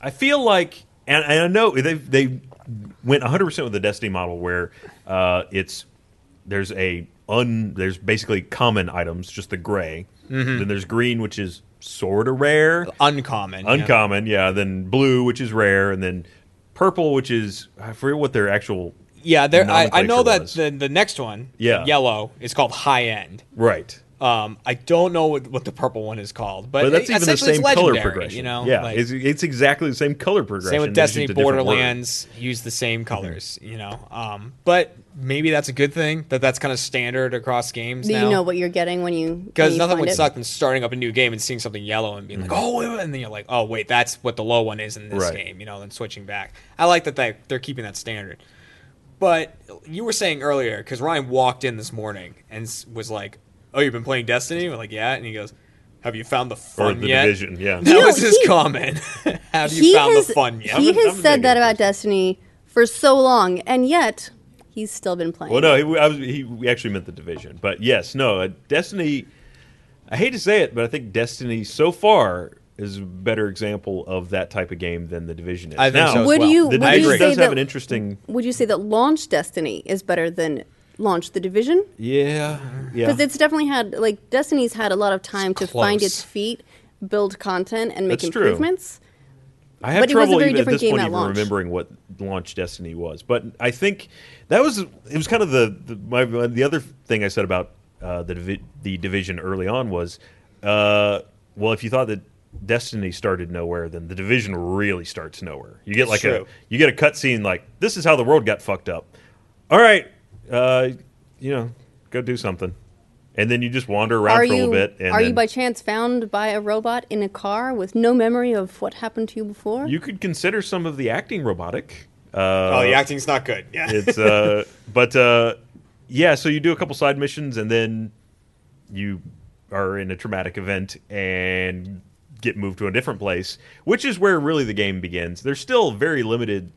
Speaker 1: I feel like, and, and I know they they went 100 percent with the Destiny model where uh, it's there's a un there's basically common items, just the gray.
Speaker 3: Mm-hmm.
Speaker 1: Then there's green, which is sort of rare.
Speaker 3: Uncommon. yeah.
Speaker 1: uncommon, yeah. Then blue, which is rare, and then purple, which is I forget what their actual
Speaker 3: Yeah, there I, I know
Speaker 1: nomenclature
Speaker 3: that
Speaker 1: was.
Speaker 3: the, the next one,
Speaker 1: Yeah.
Speaker 3: yellow, is called high end.
Speaker 1: right.
Speaker 3: Um, I don't know what, what the purple one is called, but,
Speaker 1: But that's
Speaker 3: it-
Speaker 1: even the
Speaker 3: essentially
Speaker 1: same
Speaker 3: it's
Speaker 1: color
Speaker 3: legendary,
Speaker 1: progression.
Speaker 3: You know,
Speaker 1: yeah,
Speaker 3: like-
Speaker 1: it's, it's exactly the same color progression.
Speaker 3: Same with
Speaker 1: it's just
Speaker 3: Destiny,
Speaker 1: a different word.
Speaker 3: Borderlands use the same colors, you know. Um, but maybe that's a good thing that that's kind of standard across games
Speaker 2: Do
Speaker 3: now.
Speaker 2: you know what you're getting when you when
Speaker 3: because
Speaker 2: you
Speaker 3: nothing
Speaker 2: find
Speaker 3: would
Speaker 2: it? Mm-hmm.
Speaker 3: suck than starting up a new game and seeing something yellow and being like, "Oh," wait, wait," and then you're like, "Oh, wait, that's what the low one is in this
Speaker 1: Right.
Speaker 3: game," you know. Then switching back. I like that they they're keeping that standard. But you were saying earlier because Ryan walked in this morning and s- was like, "Oh, you've been playing Destiny?" We're like, "Yeah,yeah," and he goes, "Have you found the
Speaker 1: or
Speaker 3: fun
Speaker 1: the
Speaker 3: yet?"
Speaker 1: division. Yeah,
Speaker 3: That
Speaker 2: You
Speaker 3: was
Speaker 2: know,
Speaker 3: his
Speaker 2: he-
Speaker 3: comment. Have you
Speaker 2: He
Speaker 3: found
Speaker 2: has-
Speaker 3: the fun yet?
Speaker 2: He
Speaker 1: I'm-
Speaker 2: has
Speaker 1: I'm
Speaker 2: said that
Speaker 1: digging
Speaker 2: about Destiny for so long, and yet he's still been playing.
Speaker 1: Well, no, he, I was, he we actually meant the division, but yes, no, uh, Destiny. I hate to say it, but I think Destiny so far is a better example of that type of game than the Division is.
Speaker 3: I think
Speaker 1: now,
Speaker 3: so. as
Speaker 2: Would
Speaker 3: well.
Speaker 2: you?
Speaker 1: The
Speaker 2: Would
Speaker 3: I
Speaker 1: Division
Speaker 2: you
Speaker 3: agree.
Speaker 2: say
Speaker 1: does have an
Speaker 2: that?
Speaker 1: interesting.
Speaker 2: Would you say that launch Destiny is better than launch the Division?
Speaker 1: Yeah, yeah.
Speaker 2: Because it's definitely had like Destiny's had a lot of time
Speaker 3: It's
Speaker 2: to find
Speaker 3: close.
Speaker 2: its feet, build content, and make
Speaker 1: That's true.
Speaker 2: improvements.
Speaker 1: I have
Speaker 2: But it was a
Speaker 1: trouble
Speaker 2: very
Speaker 1: even at
Speaker 2: different
Speaker 1: this
Speaker 2: game
Speaker 1: point
Speaker 2: at
Speaker 1: even
Speaker 2: launch.
Speaker 1: remembering what launch Destiny was. But I think that was it was kind of the the, my, the other thing I said about uh, the Divi- the division early on was uh, well if you thought that Destiny started nowhere then the division really starts nowhere. You get like a
Speaker 3: True.
Speaker 1: you get a cutscene like this is how the world got fucked up. All right, uh, you know, go do something, and then you just wander around
Speaker 2: Are
Speaker 1: for a
Speaker 2: you
Speaker 1: little bit. And
Speaker 2: are you
Speaker 1: then-
Speaker 2: by chance found by a robot in a car with no memory of what happened to you before?
Speaker 1: you could consider some of the acting robotic. Uh,
Speaker 3: Oh, the acting's not good. Yeah.
Speaker 1: it's uh but uh yeah so you do a couple side missions and then you are in a traumatic event and get moved to a different place which is where really the game begins there's still very limited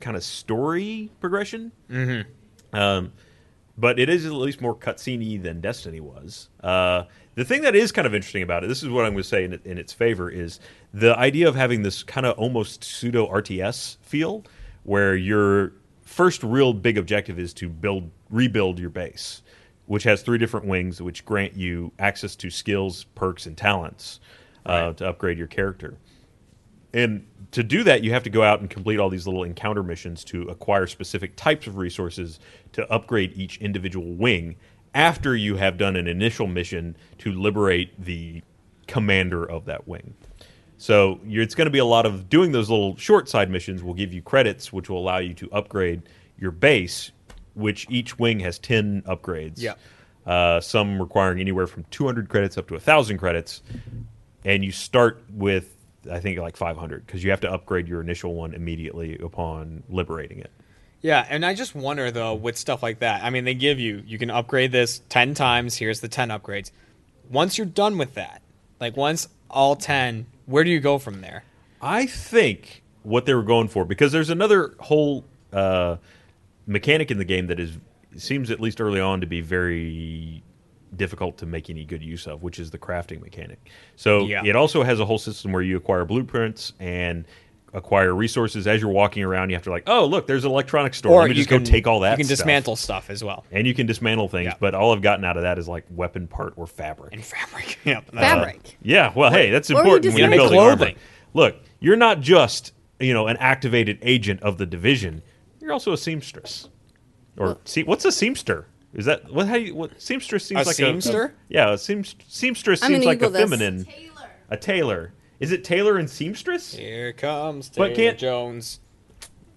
Speaker 1: kind of story progression mm-hmm. um but it is at least more cutscene than Destiny was. Uh, the thing that is kind of interesting about it, this is what I'm going to say in, in its favor, is the idea of having this kind of almost pseudo RTS feel, where your first real big objective is to build, rebuild your base, which has three different wings, which grant you access to skills, perks, and talents uh, to upgrade your character. And to do that, you have to go out and complete all these little encounter missions to acquire specific types of resources to upgrade each individual wing after you have done an initial mission to liberate the commander of that wing. So you're, it's going to be a lot of doing those little short side missions will give you credits, which will allow you to upgrade your base, which each wing has 10 upgrades.
Speaker 3: Yeah.
Speaker 1: Uh, some requiring anywhere from 200 credits up to 1,000 credits and you start with I think like 500 because you have to upgrade your initial one immediately upon liberating it.
Speaker 3: Yeah, and I just wonder though with stuff like that. I mean, they give you you can upgrade this 10 times, here's the 10 upgrades. Once you're done with that, like once all 10, where do you go from there?
Speaker 1: I think what they were going for because there's another whole uh, mechanic in the game that is seems at least early on to be very difficult to make any good use of, which is the crafting mechanic. So
Speaker 3: Yeah.
Speaker 1: it also has a whole system where you acquire blueprints and acquire resources as you're walking around. You have to like, oh look, there's an electronics store. Let me
Speaker 3: you
Speaker 1: just go take all that.
Speaker 3: You can
Speaker 1: stuff."
Speaker 3: dismantle stuff as well.
Speaker 1: and you can dismantle things.
Speaker 3: Yeah.
Speaker 1: But all I've gotten out of that is like weapon part or fabric.
Speaker 3: And fabric. yeah.
Speaker 1: uh,
Speaker 2: Fabric.
Speaker 1: Yeah, well, hey, that's
Speaker 2: Or you
Speaker 1: important
Speaker 2: just
Speaker 1: when you're
Speaker 2: make
Speaker 1: building
Speaker 3: clothing.
Speaker 1: armor. Look, you're not just you know an activated agent of the division. You're also a seamstress. Or see, what's a seamster? Is that what? How you? What seamstress seems
Speaker 3: A
Speaker 1: like
Speaker 3: seamster?
Speaker 1: yeah, a seamst- seamstress
Speaker 2: I'm gonna
Speaker 1: seems like a
Speaker 2: Google this.
Speaker 1: feminine. A tailor. Is it tailor and seamstress?
Speaker 3: Here comes Taylor
Speaker 1: But can't-
Speaker 3: Jones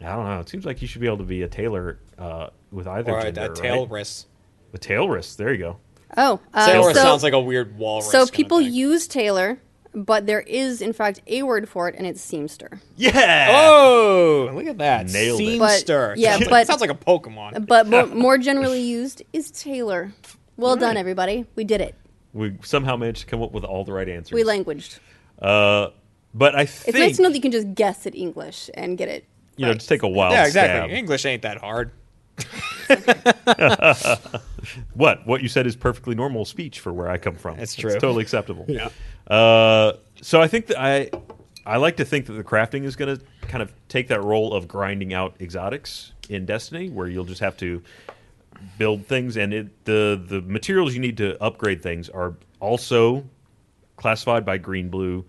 Speaker 1: I don't know. It seems like you should be able to be a tailor uh, with either
Speaker 3: or a,
Speaker 1: gender,
Speaker 3: a
Speaker 1: right?
Speaker 3: tailress.
Speaker 1: A tailress. There you go.
Speaker 2: Oh, uh,
Speaker 3: Tailress
Speaker 2: so,
Speaker 3: sounds like a weird walrus.
Speaker 2: so
Speaker 3: kinda
Speaker 2: people
Speaker 3: thing.
Speaker 2: use Taylor, but there is in fact a word for it, and it's seamster.
Speaker 1: Yeah.
Speaker 3: Oh, look at that.
Speaker 1: Nailed it.
Speaker 2: But-
Speaker 3: Seamster.
Speaker 2: yeah,
Speaker 3: sounds, like,
Speaker 2: but-
Speaker 3: sounds like a Pokemon.
Speaker 2: But more, more generally used is Taylor. Well done, everybody. We did it.
Speaker 1: We somehow managed to come up with all the right answers.
Speaker 2: We languaged.
Speaker 1: Uh, but I
Speaker 2: It's
Speaker 1: think
Speaker 2: nice to know that you can just guess at English and get it.
Speaker 1: you know, just take a wild
Speaker 3: Yeah, exactly.
Speaker 1: stab.
Speaker 3: English ain't that hard.
Speaker 1: What what you said is perfectly normal speech for where I come from.
Speaker 3: That's
Speaker 1: It's
Speaker 3: true.
Speaker 1: totally acceptable.
Speaker 3: Yeah.
Speaker 1: Uh, so I think that I I like to think that the crafting is going to kind of take that role of grinding out exotics in Destiny, where you'll just have to build things, and it, the the materials you need to upgrade things are also classified by green, blue,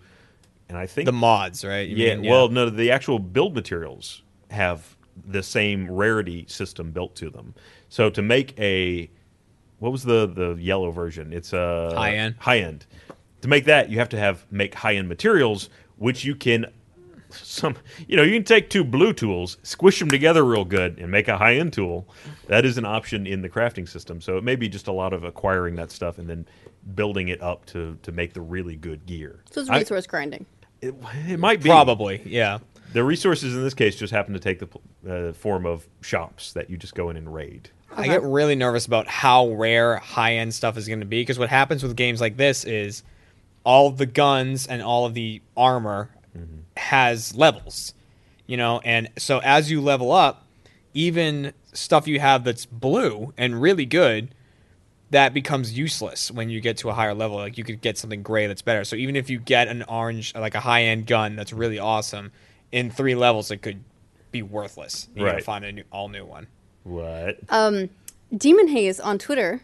Speaker 1: and I think
Speaker 3: The mods, right? You
Speaker 1: Yeah,
Speaker 3: mean,
Speaker 1: well, no, the actual build materials have the same rarity system built to them. So to make a what was the the yellow version? It's a
Speaker 3: High end.
Speaker 1: High end. To make that, you have to have make high end materials, which you can some you know you can take two blue tools, squish them together real good, and make a high end tool. That is an option in the crafting system. So it may be just a lot of acquiring that stuff and then building it up to to make the really good gear.
Speaker 2: So it's
Speaker 1: I-
Speaker 2: resource grinding.
Speaker 1: it, it might be
Speaker 3: Probably, yeah.
Speaker 1: the resources in this case just happen to take the pl- uh, form of shops that you just go in and raid.
Speaker 3: I get really nervous about how rare high end stuff is going to be because what happens with games like this is all the guns and all of the armor has levels, you know, and so as you level up, even stuff you have that's blue and really good that becomes useless when you get to a higher level. Like you could get something gray that's better. So even if you get an orange, like a high end gun that's really awesome, in three levels it could be worthless. You gotta
Speaker 1: Right.
Speaker 3: find a new, all new one.
Speaker 1: What?
Speaker 2: Uh, Demon Haze on Twitter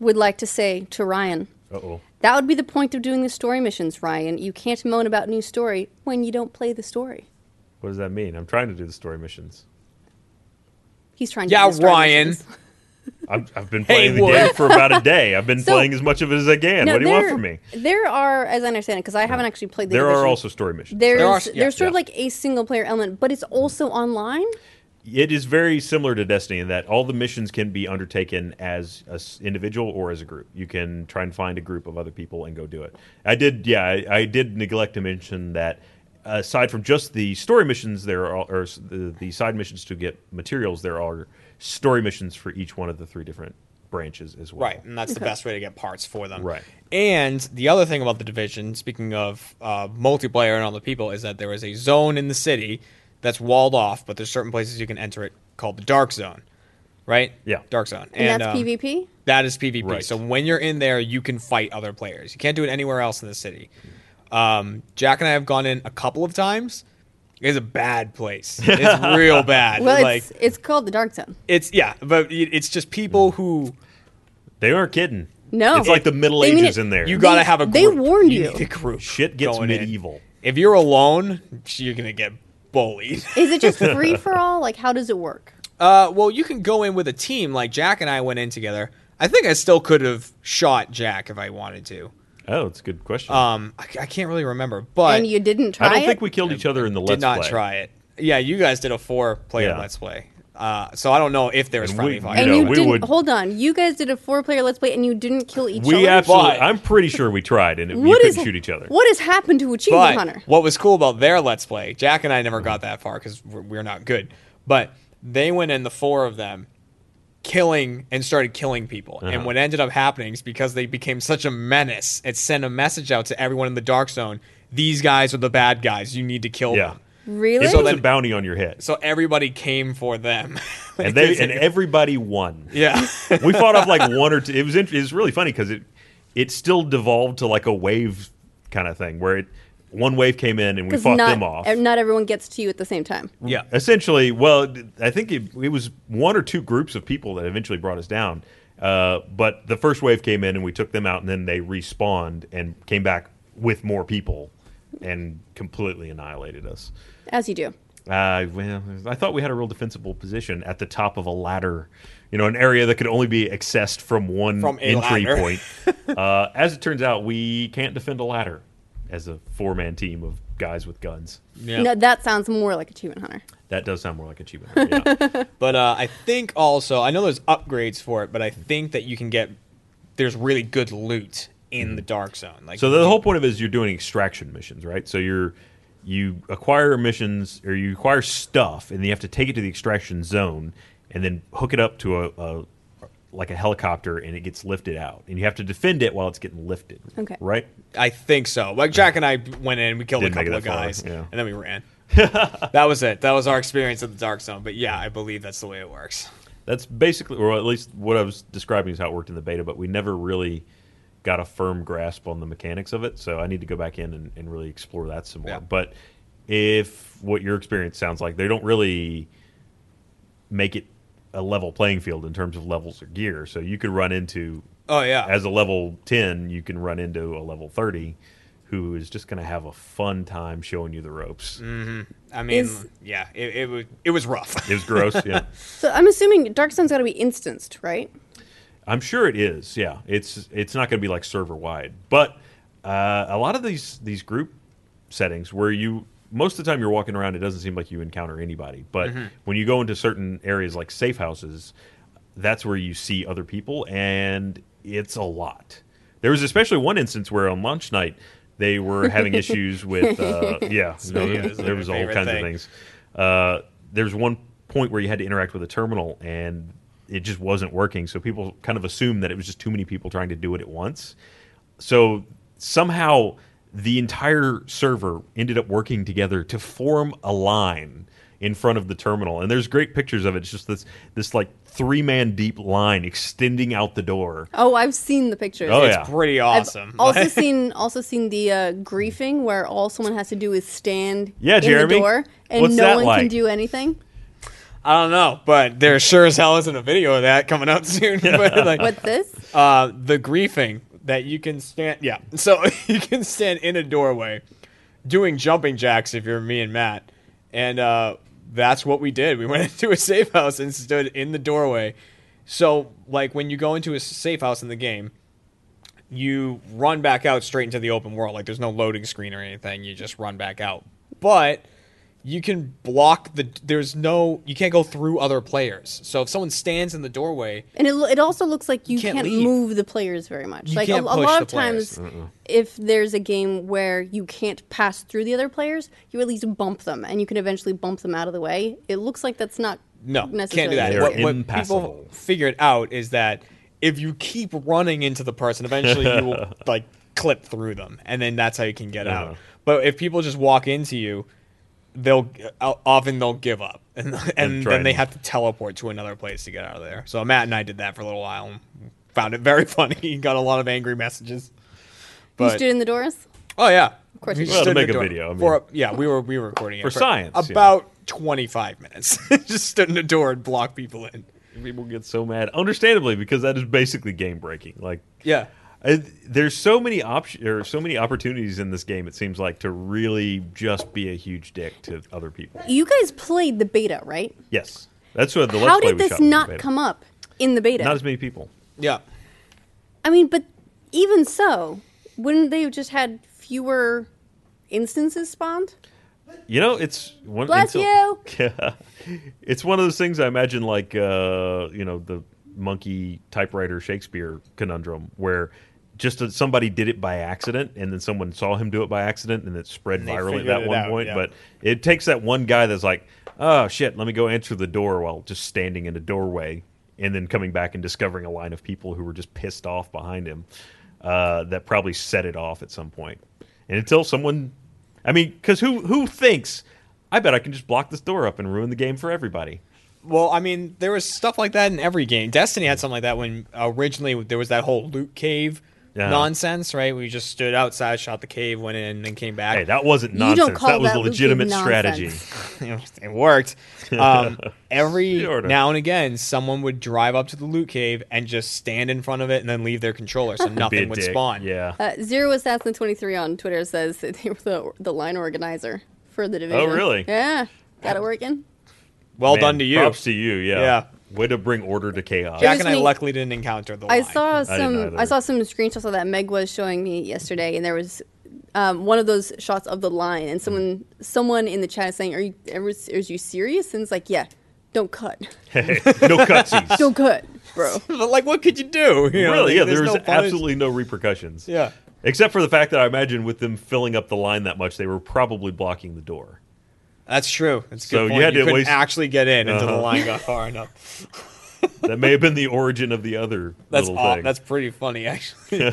Speaker 2: would like to say to Ryan,
Speaker 1: Uh oh.
Speaker 2: that would be the point of doing the story missions, Ryan. You can't moan about new story when you don't play the story.
Speaker 1: What does that mean? I'm trying to do the story missions.
Speaker 2: He's trying to
Speaker 3: Yeah,
Speaker 2: do the story
Speaker 3: Ryan.
Speaker 2: missions.
Speaker 1: I'm, I've been playing the
Speaker 3: Wood.
Speaker 1: game for about a day. I've been
Speaker 2: So-
Speaker 1: playing as much of it as I can.
Speaker 2: No,
Speaker 1: what do you want
Speaker 2: there-
Speaker 1: from me?
Speaker 2: There are, as I understand it, because I haven't actually played the
Speaker 1: There are
Speaker 2: Division.
Speaker 1: also story missions.
Speaker 2: There's,
Speaker 3: There are s- yeah,
Speaker 2: there's sort of
Speaker 1: yeah.
Speaker 2: like a single player element, but it's also online.
Speaker 1: It is very similar to Destiny in that all the missions can be undertaken as an individual or as a group. You can try and find a group of other people and go do it. I did, yeah, I, I did neglect to mention that aside from just the story missions, there are or s- the, the side missions to get materials. There are story missions for each one of the three different branches as well.
Speaker 3: Right, and that's the best way to get parts for them.
Speaker 1: Right.
Speaker 3: And the other thing about the division, speaking of uh, multiplayer and all the people, is that there is a zone in the city that's walled off, but there's certain places you can enter it called the dark zone. Right.
Speaker 1: Yeah.
Speaker 3: Dark zone.
Speaker 2: And, that's
Speaker 3: um,
Speaker 2: PvP.
Speaker 3: That is PvP.
Speaker 1: Right.
Speaker 3: So when you're in there, you can fight other players. You can't do it anywhere else in the city. Um, Jack and I have gone in a couple of times. It's a bad place. It's real bad.
Speaker 2: Well,
Speaker 3: like
Speaker 2: it's, it's called the Dark Zone.
Speaker 3: it's yeah, but it- it's just people who
Speaker 1: They aren't kidding.
Speaker 2: No.
Speaker 1: It's like the Middle
Speaker 2: They mean
Speaker 1: Ages
Speaker 2: it-
Speaker 1: in there.
Speaker 3: you gotta have a. Group.
Speaker 2: they warned you.
Speaker 3: need a group.
Speaker 1: Shit gets
Speaker 3: going in.
Speaker 1: medieval.
Speaker 3: If you're alone, you're gonna get bullied.
Speaker 2: Is it just free for all? Like, how does it work?
Speaker 3: Uh, well, you can go in with a team. Like Jack and I went in together. I think I still could have shot Jack if I wanted to.
Speaker 1: Oh, it's a good question.
Speaker 3: Um, I, I can't really remember, but
Speaker 2: and you didn't try
Speaker 1: I don't
Speaker 2: it?
Speaker 1: think we killed each other in the
Speaker 3: did
Speaker 1: Let's
Speaker 3: not
Speaker 1: Play.
Speaker 3: try it. Yeah, you guys did a four-player
Speaker 1: Yeah.
Speaker 3: let's play. Uh, so I don't know if there was
Speaker 1: And
Speaker 3: friendly
Speaker 1: we-
Speaker 3: fire.
Speaker 2: and
Speaker 1: No,
Speaker 2: you
Speaker 1: we
Speaker 2: didn't.
Speaker 1: would-
Speaker 2: Hold on. You guys did a four player Let's Play and you didn't kill each
Speaker 1: We
Speaker 2: other?
Speaker 1: absolutely.
Speaker 3: But-
Speaker 1: I'm pretty sure we tried, and it, we
Speaker 2: What
Speaker 1: couldn't
Speaker 2: is-
Speaker 1: shoot each other.
Speaker 2: What has happened to Achievement
Speaker 3: But
Speaker 2: Hunter?
Speaker 3: what was cool about their let's play, Jack and I never got that far because we're, we're not good. But they went in the four of them, killing and started killing people.
Speaker 1: Uh-huh.
Speaker 3: And what ended up happening is because they became such a menace, it sent a message out to everyone in the dark zone: these guys are the bad guys. You need to kill
Speaker 1: Yeah.
Speaker 3: them.
Speaker 2: Really?
Speaker 1: So
Speaker 3: So
Speaker 1: it's
Speaker 3: then-
Speaker 1: a bounty on your head,
Speaker 3: So everybody came for them.
Speaker 1: and they and everybody won.
Speaker 3: yeah.
Speaker 1: We fought off like one or two. It was int- it was really funny because it it still devolved to like a wave kind of thing where it one wave came in and we fought
Speaker 2: not,
Speaker 1: them off.
Speaker 2: e- not everyone gets to you at the same time.
Speaker 3: yeah.
Speaker 1: Essentially, well, d- I think it, it was one or two groups of people that eventually brought us down. Uh, but the first wave came in and we took them out, and then they respawned and came back with more people and completely annihilated us.
Speaker 2: As you do.
Speaker 1: Uh, well, I thought we had a real defensible position at the top of a ladder, you know, an area that could only be accessed from one
Speaker 3: From a
Speaker 1: entry
Speaker 3: ladder.
Speaker 1: point. uh, as it turns out, we can't defend a ladder as a four-man team of guys with guns.
Speaker 3: Yeah.
Speaker 2: No, that sounds more like Achievement Hunter.
Speaker 1: That does sound more like achievement. Hunter, Yeah.
Speaker 3: But uh, I think also I know there's upgrades for it, but I think that you can get there's really good loot in the dark zone. Like
Speaker 1: so the whole point of it is you're doing extraction missions, right? So you're you acquire missions or you acquire stuff, and you have to take it to the extraction zone, and then hook it up to a, a like a helicopter, and it gets lifted out, and you have to defend it while it's getting lifted.
Speaker 2: Okay.
Speaker 1: Right.
Speaker 3: I think so. Like Jack and I went in, we killed
Speaker 1: Didn't
Speaker 3: a
Speaker 1: make it
Speaker 3: couple of
Speaker 1: that far,
Speaker 3: guys,
Speaker 1: yeah.
Speaker 3: and then we ran. that was it. That was our experience at the dark zone. But yeah, I believe that's the way it works.
Speaker 1: That's basically, or at least what I was describing is how it worked in the beta, but we never really got a firm grasp on the mechanics of it. So I need to go back in and, and really explore that some more.
Speaker 3: Yeah.
Speaker 1: But if what your experience sounds like, they don't really make it a level playing field in terms of levels or gear. So you could run into,
Speaker 3: Oh yeah.
Speaker 1: as a level 10, you can run into a level 30 who is just going to have a fun time showing you the ropes.
Speaker 3: I mean,
Speaker 2: Is-
Speaker 3: yeah, it, it was it was rough.
Speaker 1: It was gross. yeah.
Speaker 2: So I'm assuming Dark Zone's got to be instanced, right?
Speaker 1: I'm sure it is. Yeah, it's it's not going to be like server wide, but uh, a lot of these these group settings where you most of the time you're walking around, it doesn't seem like you encounter anybody. But
Speaker 3: Mm-hmm.
Speaker 1: when you go into certain areas like safe houses, that's where you see other people, and it's a lot. There was especially one instance where on launch night they were having issues with uh, yeah, no,
Speaker 3: Yeah, this is
Speaker 1: there
Speaker 3: my
Speaker 1: was all
Speaker 3: favorite
Speaker 1: kinds of
Speaker 3: thing.
Speaker 1: things. Uh, there's one point where you had to interact with a terminal and it just wasn't working. So people kind of assumed that it was just too many people trying to do it at once. So somehow the entire server ended up working together to form a line in front of the terminal. And there's great pictures of it. It's just this this like three man deep line extending out the door.
Speaker 2: Oh, I've seen the pictures.
Speaker 1: Oh,
Speaker 3: it's
Speaker 1: yeah.
Speaker 3: pretty awesome.
Speaker 2: I've also
Speaker 3: Like-
Speaker 2: seen also seen the uh, griefing where all someone has to do is stand
Speaker 1: Yeah,
Speaker 2: in
Speaker 1: Jeremy.
Speaker 2: the door and
Speaker 1: What's
Speaker 2: no
Speaker 1: that
Speaker 2: one can
Speaker 1: like?
Speaker 2: do anything.
Speaker 3: I don't know, but there sure as hell isn't a video of that coming out soon. but like,
Speaker 2: What's this?
Speaker 3: uh, the griefing that you can stand. Yeah, so you can stand in a doorway, doing jumping jacks if you're me and Matt, and uh, that's what we did. We went into a safe house and stood in the doorway. So like when you go into a safe house in the game, you run back out straight into the open world. Like there's no loading screen or anything. You just run back out. But you can block the. There's no. You can't go through other players. So if someone stands in the doorway,
Speaker 2: And it, lo- it also looks like you,
Speaker 3: can't
Speaker 2: can't,
Speaker 3: leave.
Speaker 2: move the players very much.
Speaker 3: You
Speaker 2: like
Speaker 3: can't
Speaker 2: a, a
Speaker 3: push
Speaker 2: lot
Speaker 3: the
Speaker 2: of times, if there's a game where you can't pass through the other players, you at least bump them, and you can eventually bump them out of the way. It looks like that's not
Speaker 3: No, can't do
Speaker 2: necessarily
Speaker 3: that.
Speaker 1: They're
Speaker 2: true.
Speaker 3: What, what people
Speaker 1: impassable.
Speaker 3: figured out is that if you keep running into the person, eventually you will like clip through them, and then that's how you can get
Speaker 1: Uh-huh.
Speaker 3: out. But if people just walk into you, they'll o- often they'll give up, and and
Speaker 1: try
Speaker 3: then they
Speaker 1: and-
Speaker 3: have to teleport to another place to get out of there. So Matt and I did that for a little while, and found it very funny. got a lot of angry messages.
Speaker 2: you
Speaker 3: But
Speaker 2: stood in the doors.
Speaker 3: oh yeah, of
Speaker 2: course
Speaker 3: we
Speaker 2: you did.
Speaker 1: Well, to
Speaker 3: stood in the
Speaker 1: make a
Speaker 3: door
Speaker 1: video, I mean-
Speaker 3: for a- yeah, we were we were recording it
Speaker 1: For science, yeah.
Speaker 3: about. 25 minutes. just stood in the door and blocked people in.
Speaker 1: People get so mad, understandably, because that is basically game breaking. Like
Speaker 3: Yeah.
Speaker 1: I, Uh, there's so many options or so many opportunities in this game. It seems like to really just be a huge dick to other people.
Speaker 2: You guys played the beta, right?
Speaker 1: Yes, that's what the
Speaker 2: How
Speaker 1: Let's Play
Speaker 2: did
Speaker 1: we
Speaker 2: this
Speaker 1: shot was
Speaker 2: not
Speaker 1: beta.
Speaker 2: come up in the beta?
Speaker 1: Not as many people.
Speaker 3: Yeah.
Speaker 2: I mean, but even so, wouldn't they have just had fewer instances spawned?
Speaker 1: You know, it's one.
Speaker 2: Bless
Speaker 1: you. it's one of those things I imagine, like uh, you know, the monkey typewriter Shakespeare conundrum, where just that somebody did it by accident, and then someone saw him do it by accident, and it spread
Speaker 3: they
Speaker 1: virally at
Speaker 3: figured
Speaker 1: that
Speaker 3: it
Speaker 1: one
Speaker 3: out,
Speaker 1: point.
Speaker 3: yeah.
Speaker 1: But it takes that one guy that's like, "Oh shit, let me go answer the door," while just standing in a doorway, and then coming back and discovering a line of people who were just pissed off behind him. Uh, that probably set it off at some point. And until someone, I mean, because who who thinks? I bet I can just block this door up and ruin the game for everybody.
Speaker 3: Well, I mean, there was stuff like that in every game. Destiny had something like that when originally there was that whole loot cave
Speaker 1: Yeah.
Speaker 3: nonsense, right? We just stood outside, shot the cave, went in, and then came back.
Speaker 1: Hey, that wasn't
Speaker 2: You don't
Speaker 1: nonsense.
Speaker 2: call
Speaker 1: that was
Speaker 2: that
Speaker 1: a
Speaker 2: Luke
Speaker 1: legitimate
Speaker 2: nonsense.
Speaker 1: strategy.
Speaker 3: it worked. Um, every
Speaker 1: Sorta.
Speaker 3: now and again, someone would drive up to the loot cave and just stand in front of it and then leave their controller, so
Speaker 1: Be a
Speaker 3: nothing would
Speaker 1: dick.
Speaker 3: spawn.
Speaker 1: Yeah.
Speaker 2: Uh, Zero Assassin twenty three on Twitter says that they were the, the line organizer for the division.
Speaker 1: Oh, really?
Speaker 2: Yeah, got it working.
Speaker 3: Well
Speaker 1: Man,
Speaker 3: done to you.
Speaker 1: Props to you. Yeah.
Speaker 3: Yeah.
Speaker 1: Way to bring order to chaos.
Speaker 3: Jack
Speaker 2: It
Speaker 3: and
Speaker 2: was
Speaker 3: I
Speaker 2: me.
Speaker 3: luckily didn't encounter the.
Speaker 2: I
Speaker 3: line.
Speaker 2: saw
Speaker 1: didn't
Speaker 2: some.
Speaker 1: either.
Speaker 2: I, saw some screenshots of that Meg was showing me yesterday, and there was um, one of those shots of the line, and someone someone in the chat is saying, "Are you are, is you serious?" And it's like, "Yeah, don't cut,
Speaker 1: Hey, no cutsies.
Speaker 2: don't cut, bro."
Speaker 3: But like, what could you do? You know,
Speaker 1: really?
Speaker 3: like,
Speaker 1: Yeah.
Speaker 3: there's
Speaker 1: There's
Speaker 3: no punish-
Speaker 1: absolutely no repercussions.
Speaker 3: Yeah.
Speaker 1: Except for the fact that I imagine with them filling up the line that much, they were probably blocking the door.
Speaker 3: That's true. That's a good
Speaker 1: So you
Speaker 3: point.
Speaker 1: had to
Speaker 3: couldn't
Speaker 1: waste-
Speaker 3: actually get in until the
Speaker 1: Uh-huh.
Speaker 3: line got far enough.
Speaker 1: That may have been the origin of the other
Speaker 3: That's
Speaker 1: little
Speaker 3: aw-
Speaker 1: thing.
Speaker 3: that's pretty funny actually.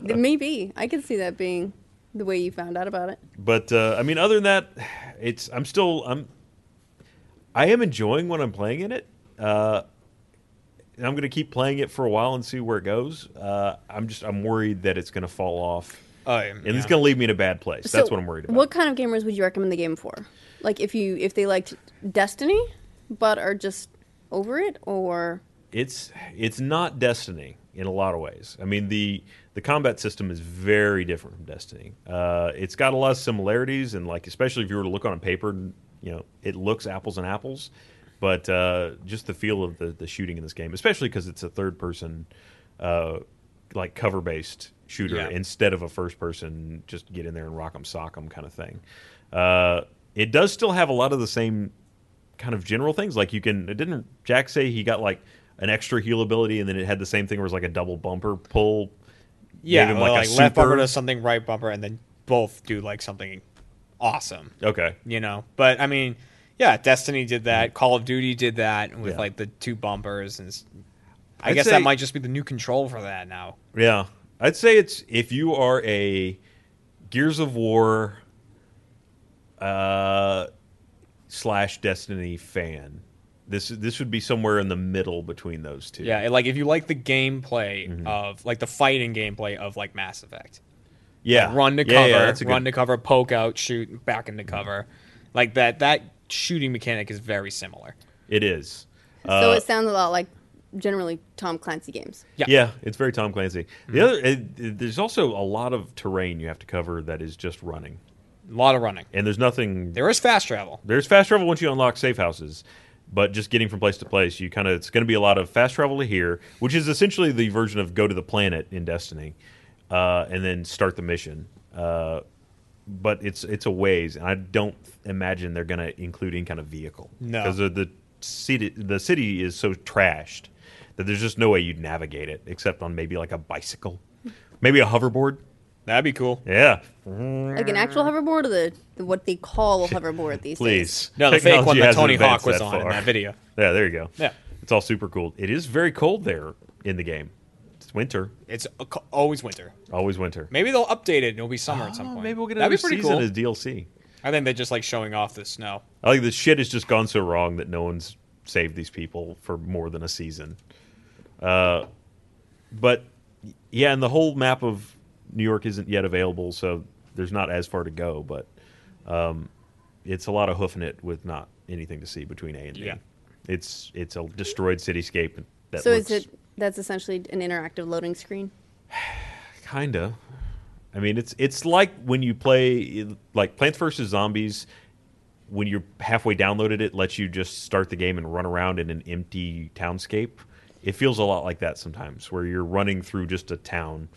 Speaker 2: Maybe I could see that being the way you found out about it.
Speaker 1: but uh, I mean, other than that, it's I'm still I'm I am enjoying when I'm playing in it, uh, and I'm going to keep playing it for a while and see where it goes. Uh, I'm just I'm worried that it's going to fall off,
Speaker 3: Oh, yeah.
Speaker 1: and it's going to leave me in a bad place. That's
Speaker 2: So
Speaker 1: what I'm worried about.
Speaker 2: What kind of gamers would you recommend the game for? Like if you if they liked Destiny, but are just over it, or
Speaker 1: it's it's not Destiny in a lot of ways. I mean the the combat system is very different from Destiny. Uh, it's got a lot of similarities, and like especially if you were to look on paper, you know, it looks apples and apples. But uh, just the feel of the, the shooting in this game, especially because it's a third person, uh, like cover based shooter
Speaker 3: Yeah.
Speaker 1: instead of a first person, just get in there and rock 'em sock 'em kind of thing. Uh, it does still have a lot of the same kind of general things. Like you can, didn't Jack say he got like an extra heal ability, and then it had the same thing where it was like a double bumper pull.
Speaker 3: yeah, uh,
Speaker 1: Gave him,
Speaker 3: like,
Speaker 1: like, a
Speaker 3: left bumper
Speaker 1: super-
Speaker 3: to something, right bumper, and then both do like something awesome.
Speaker 1: Okay,
Speaker 3: You know, but I mean, yeah, Destiny did that. Call of Duty did that with
Speaker 1: Mm-hmm. Yeah.
Speaker 3: like the two bumpers, and s- I
Speaker 1: I'd
Speaker 3: guess
Speaker 1: say-
Speaker 3: that might just be the new control for that now.
Speaker 1: yeah, I'd say it's if you are a Gears of War, uh, slash Destiny fan. This this would be somewhere in the middle between those two.
Speaker 3: Yeah, like if you like the gameplay
Speaker 1: Mm-hmm.
Speaker 3: of like the fighting gameplay of like Mass Effect.
Speaker 1: yeah,
Speaker 3: Run to
Speaker 1: Yeah, yeah,
Speaker 3: cover,
Speaker 1: that's a good-
Speaker 3: run to cover, poke out, shoot, back into cover. Like that that shooting mechanic is very similar.
Speaker 1: It is. Uh,
Speaker 2: so it sounds a lot like generally Tom Clancy games.
Speaker 3: Yeah.
Speaker 1: Yeah, it's very Tom Clancy. The other, it, it- there's also a lot of terrain you have to cover that is just running,
Speaker 3: A lot of running.
Speaker 1: and there's nothing.
Speaker 3: There is fast travel.
Speaker 1: There's fast travel once you unlock safe houses, but just getting from place to place, you kind of it's going to be a lot of fast travel to here, which is essentially the version of go to the planet in Destiny, uh, and then start the mission. Uh, but it's it's a ways, and I don't imagine they're going to include any kind of vehicle
Speaker 3: No.
Speaker 1: because the city the city is so trashed that there's just no way you'd navigate it except on maybe like a bicycle, maybe a hoverboard.
Speaker 3: That'd be cool.
Speaker 1: Yeah,
Speaker 2: Like an actual hoverboard or the, the what they call a hoverboard these
Speaker 1: please.
Speaker 2: days.
Speaker 3: No, the fake one
Speaker 1: Technology
Speaker 3: that
Speaker 1: hasn't
Speaker 3: Tony Hawk
Speaker 1: advanced
Speaker 3: was on in
Speaker 1: far.
Speaker 3: that video.
Speaker 1: Yeah, there you go.
Speaker 3: Yeah.
Speaker 1: It's all super cool. It is very cold there in the game. It's winter.
Speaker 3: It's a- always winter.
Speaker 1: Always winter.
Speaker 3: Maybe they'll update it and it'll be summer at some
Speaker 1: Oh,
Speaker 3: point.
Speaker 1: maybe we'll get another
Speaker 3: That'd be pretty
Speaker 1: season
Speaker 3: cool.
Speaker 1: as DLC.
Speaker 3: I think they're just like showing off the snow.
Speaker 1: I like this shit has just gone so wrong that no one's saved these people for more than a season. Uh, but yeah, and the whole map of New York isn't yet available, so there's not as far to go. But um, it's a lot of hoofing it with not anything to see between A and B.
Speaker 3: Yeah.
Speaker 1: It's it's a destroyed cityscape. That
Speaker 2: so
Speaker 1: looks,
Speaker 2: is it that's essentially an interactive loading screen?
Speaker 1: Kinda. I mean, it's it's like when you play like Plants vs Zombies. When you're halfway downloaded, it lets you just start the game and run around in an empty townscape. It feels a lot like that sometimes, where you're running through just a town,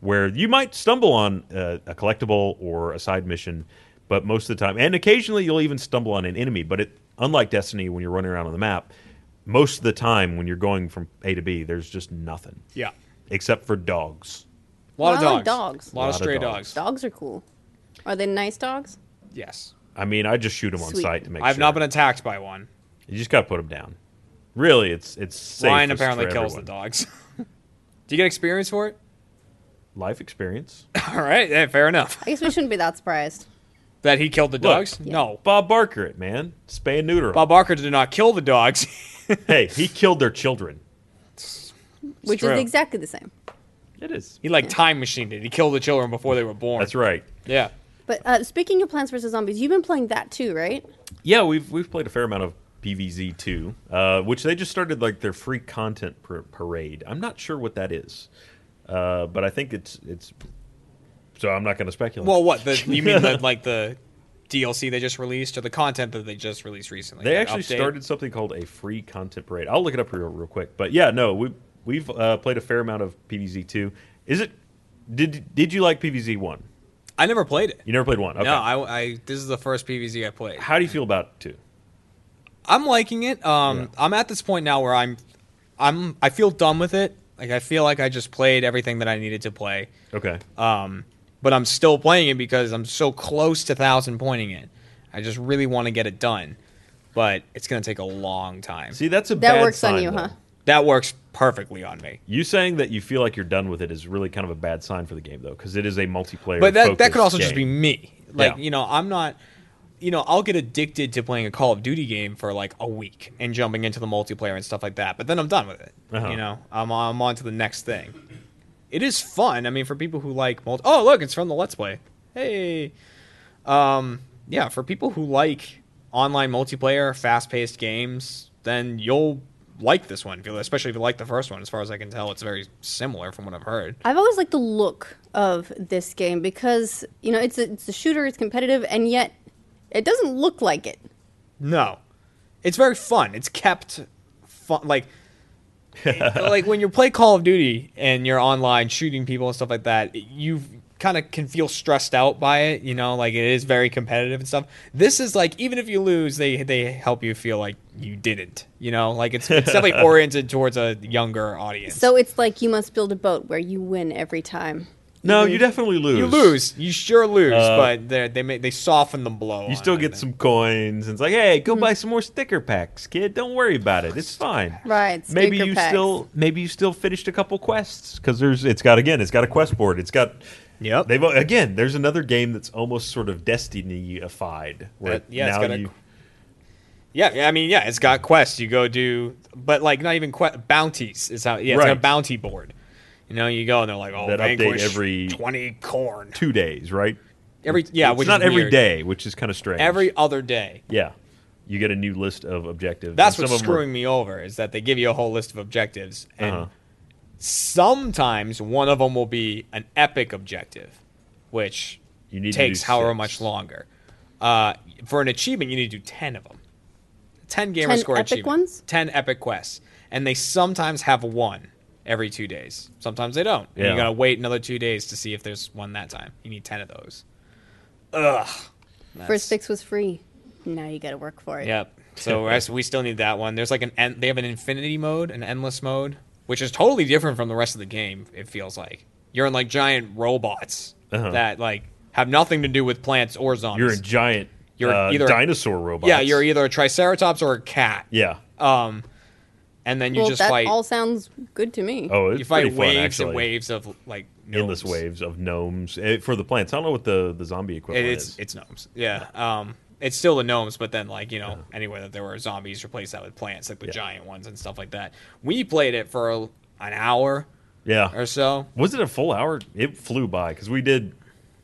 Speaker 1: where you might stumble on a, a collectible or a side mission, but most of the time, and occasionally you'll even stumble on an enemy. But it, unlike Destiny, when you're running around on the map, most of the time when you're going from A to B, there's just nothing
Speaker 3: Yeah.
Speaker 1: except for dogs.
Speaker 3: A lot
Speaker 2: Well, I like
Speaker 3: of dogs.
Speaker 2: dogs.
Speaker 3: A lot, of
Speaker 1: Lot of
Speaker 3: stray
Speaker 1: dogs.
Speaker 3: dogs.
Speaker 2: Dogs are cool. Are they nice dogs?
Speaker 3: Yes.
Speaker 1: I mean, I just shoot them on
Speaker 2: Sweet.
Speaker 1: sight to make
Speaker 3: I've
Speaker 1: sure.
Speaker 3: not been attacked by one.
Speaker 1: You just got to put them down. Really, it's it's safe.
Speaker 3: Ryan apparently kills the dogs. Do you get experience for it?
Speaker 1: Life experience.
Speaker 3: All right, yeah, fair enough.
Speaker 2: I guess we shouldn't be that surprised.
Speaker 3: That he killed the dogs?
Speaker 2: Yeah.
Speaker 3: No.
Speaker 1: Bob Barker, it man. Spay and neuter. 'em.
Speaker 3: Bob Barker did not kill the dogs.
Speaker 1: Hey, he killed their children.
Speaker 2: Which
Speaker 3: true.
Speaker 2: is exactly the same.
Speaker 1: It is.
Speaker 3: he like time machined it. He killed the children before they were born.
Speaker 1: That's right.
Speaker 3: Yeah.
Speaker 2: But uh, speaking of Plants vs Zombies, you've been playing that too, right?
Speaker 1: Yeah, we've we've played a fair amount of PVZ two, uh, which they just started like their free content par- parade. I'm not sure what that is, uh, but I think it's it's. So I'm not going to speculate.
Speaker 3: Well, what? The, you mean the, like the DLC they just released or the content that they just released recently?
Speaker 1: They
Speaker 3: that
Speaker 1: actually
Speaker 3: update?
Speaker 1: started something called a free content parade. I'll look it up real real quick. But yeah, no, we we've uh, played a fair amount of PVZ two. Is it? Did did you like PVZ one?
Speaker 3: I never played it.
Speaker 1: You never played one. Okay.
Speaker 3: No, I, I. This is the first PVZ I played.
Speaker 1: How do you feel about two?
Speaker 3: I'm liking it. Um, I'm at this point now where I'm, I'm. I feel done with it. Like I feel like I just played everything that I needed to play.
Speaker 1: Okay.
Speaker 3: Um, but I'm still playing it because I'm so close to thousand pointing it. I just really want to get it done, but it's gonna take a long time.
Speaker 1: See, that's a
Speaker 2: That
Speaker 1: bad
Speaker 2: works on
Speaker 1: sign,
Speaker 2: you,
Speaker 1: though.
Speaker 2: huh?
Speaker 3: that works perfectly on me.
Speaker 1: You saying that you feel like you're done with it is really kind of a bad sign for the game, though, because it is a multiplayer.
Speaker 3: But that that could
Speaker 1: focused
Speaker 3: also just be
Speaker 1: game.
Speaker 3: me. Like
Speaker 1: Yeah.
Speaker 3: you know, I'm not. You know, I'll get addicted to playing a Call of Duty game for like a week and jumping into the multiplayer and stuff like that. But then I'm done with it.
Speaker 1: Uh-huh.
Speaker 3: You know, I'm I'm on to the next thing. It is fun. I mean, for people who like multi. Oh, look, it's from the Let's Play. Hey. Um. Yeah, for people who like online multiplayer, fast-paced games, then you'll like this one. Especially if you like the first one. As far as I can tell, it's very similar from what I've heard.
Speaker 2: I've always liked the look of this game because you know it's a, it's a shooter, it's competitive, and yet it doesn't look like it.
Speaker 3: No, it's very fun. It's kept fun, like like when you play Call of Duty and you're online shooting people and stuff like that. You kind of can feel stressed out by it. You know, like it is very competitive and stuff. This is like even if you lose, they they help you feel like you didn't. You know, like it's, it's definitely oriented towards a younger audience.
Speaker 2: So it's like you must build a boat where you win every time.
Speaker 1: No, you definitely lose.
Speaker 3: you lose, you sure lose,
Speaker 1: Uh,
Speaker 3: but they they ma- they soften the blow.
Speaker 1: You still get some coins. And it's like, hey,
Speaker 2: Hmm.
Speaker 1: go buy some more sticker packs, kid. Don't worry about it. It's fine.
Speaker 2: Right,
Speaker 1: Maybe
Speaker 2: sticker
Speaker 1: you
Speaker 2: packs.
Speaker 1: still maybe you still finished a couple quests because there's it's got again it's got a quest board. It's got
Speaker 3: Yep.
Speaker 1: They've again there's another game that's almost sort of Destiny-ified. Where
Speaker 3: That- yeah, it's
Speaker 1: now
Speaker 3: got a-
Speaker 1: you
Speaker 3: Yeah, yeah, I mean, yeah, it's got quests. You go do, but like not even quest bounties is how. Yeah, it's like a
Speaker 1: Right.
Speaker 3: bounty board. You know, you go and they're like, oh,
Speaker 1: That update
Speaker 3: vanquish
Speaker 1: every-
Speaker 3: twenty corn.
Speaker 1: Two days, right?
Speaker 3: Every yeah,
Speaker 1: it's
Speaker 3: which
Speaker 1: not
Speaker 3: is
Speaker 1: every
Speaker 3: weird.
Speaker 1: day, which is kind of strange.
Speaker 3: Every other day.
Speaker 1: yeah, you get a new list of objectives.
Speaker 3: That's
Speaker 1: and
Speaker 3: what's
Speaker 1: some of 'em are-
Speaker 3: screwing me over is that they give you a whole list of objectives, and
Speaker 1: Uh-huh.
Speaker 3: sometimes one of them will be an epic objective, which
Speaker 1: You need to
Speaker 3: takes
Speaker 1: do
Speaker 3: however
Speaker 1: six.
Speaker 3: much longer. Uh, for an achievement, you need to do ten of them. Ten gamer
Speaker 2: 10
Speaker 3: score
Speaker 2: epic
Speaker 3: achievement-
Speaker 2: ones?
Speaker 3: Ten epic quests, and they sometimes have one every two days. Sometimes they don't. And
Speaker 1: Yeah.
Speaker 3: You gotta wait another two days to see if there's one that time. You need ten of those.
Speaker 2: First six was free. Now you got to work for it.
Speaker 3: Yep. So I- we still need that one. There's like an en- they have an infinity mode, an endless mode, which is totally different from the rest of the game. It feels like you're in like giant robots
Speaker 1: Uh-huh.
Speaker 3: that like have nothing to do with plants or zombies.
Speaker 1: You're a giant.
Speaker 3: You're
Speaker 1: uh,
Speaker 3: either-
Speaker 1: dinosaur robot.
Speaker 3: yeah, you're either a triceratops or a cat.
Speaker 1: yeah.
Speaker 3: Um, and then you
Speaker 2: well,
Speaker 3: just
Speaker 2: that
Speaker 3: fight.
Speaker 2: all sounds good to me.
Speaker 1: Oh, it's
Speaker 3: you fight
Speaker 1: pretty
Speaker 3: waves
Speaker 1: fun,
Speaker 3: and
Speaker 1: actually.
Speaker 3: waves of like gnomes.
Speaker 1: endless waves of gnomes eh, for the plants. I don't know what the, the zombie equivalent
Speaker 3: It- it's
Speaker 1: is.
Speaker 3: it's gnomes. Yeah. Um, it's still the gnomes, but then like you
Speaker 1: Uh-huh.
Speaker 3: know, anyway, that there were zombies replaced that with plants, like the giant ones and stuff like that. We played it for a, an hour
Speaker 1: yeah.
Speaker 3: or so.
Speaker 1: was it a full hour? It flew by because we did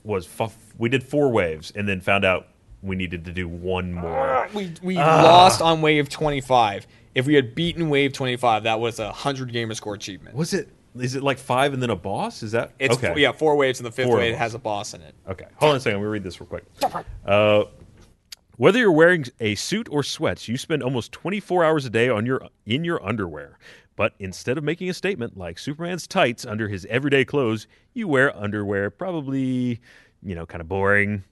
Speaker 1: was f- we did four waves and then found out we needed to do one more.
Speaker 3: We we
Speaker 1: Ah.
Speaker 3: lost on wave twenty five. If we had beaten wave twenty five, that was a hundred gamer score achievement.
Speaker 1: Was it? Is it like five and then a boss? Is that
Speaker 3: It's
Speaker 1: okay?
Speaker 3: yeah, four waves, and the fifth
Speaker 1: Four of
Speaker 3: wave
Speaker 1: them.
Speaker 3: has a boss in it.
Speaker 1: Okay, hold on a second. I'm gonna read this real quick. Uh, whether you're wearing a suit or sweats, you spend almost 24 hours a day on your in your underwear. But instead of making a statement like Superman's tights under his everyday clothes, you wear underwear. Probably, you know, kind of boring.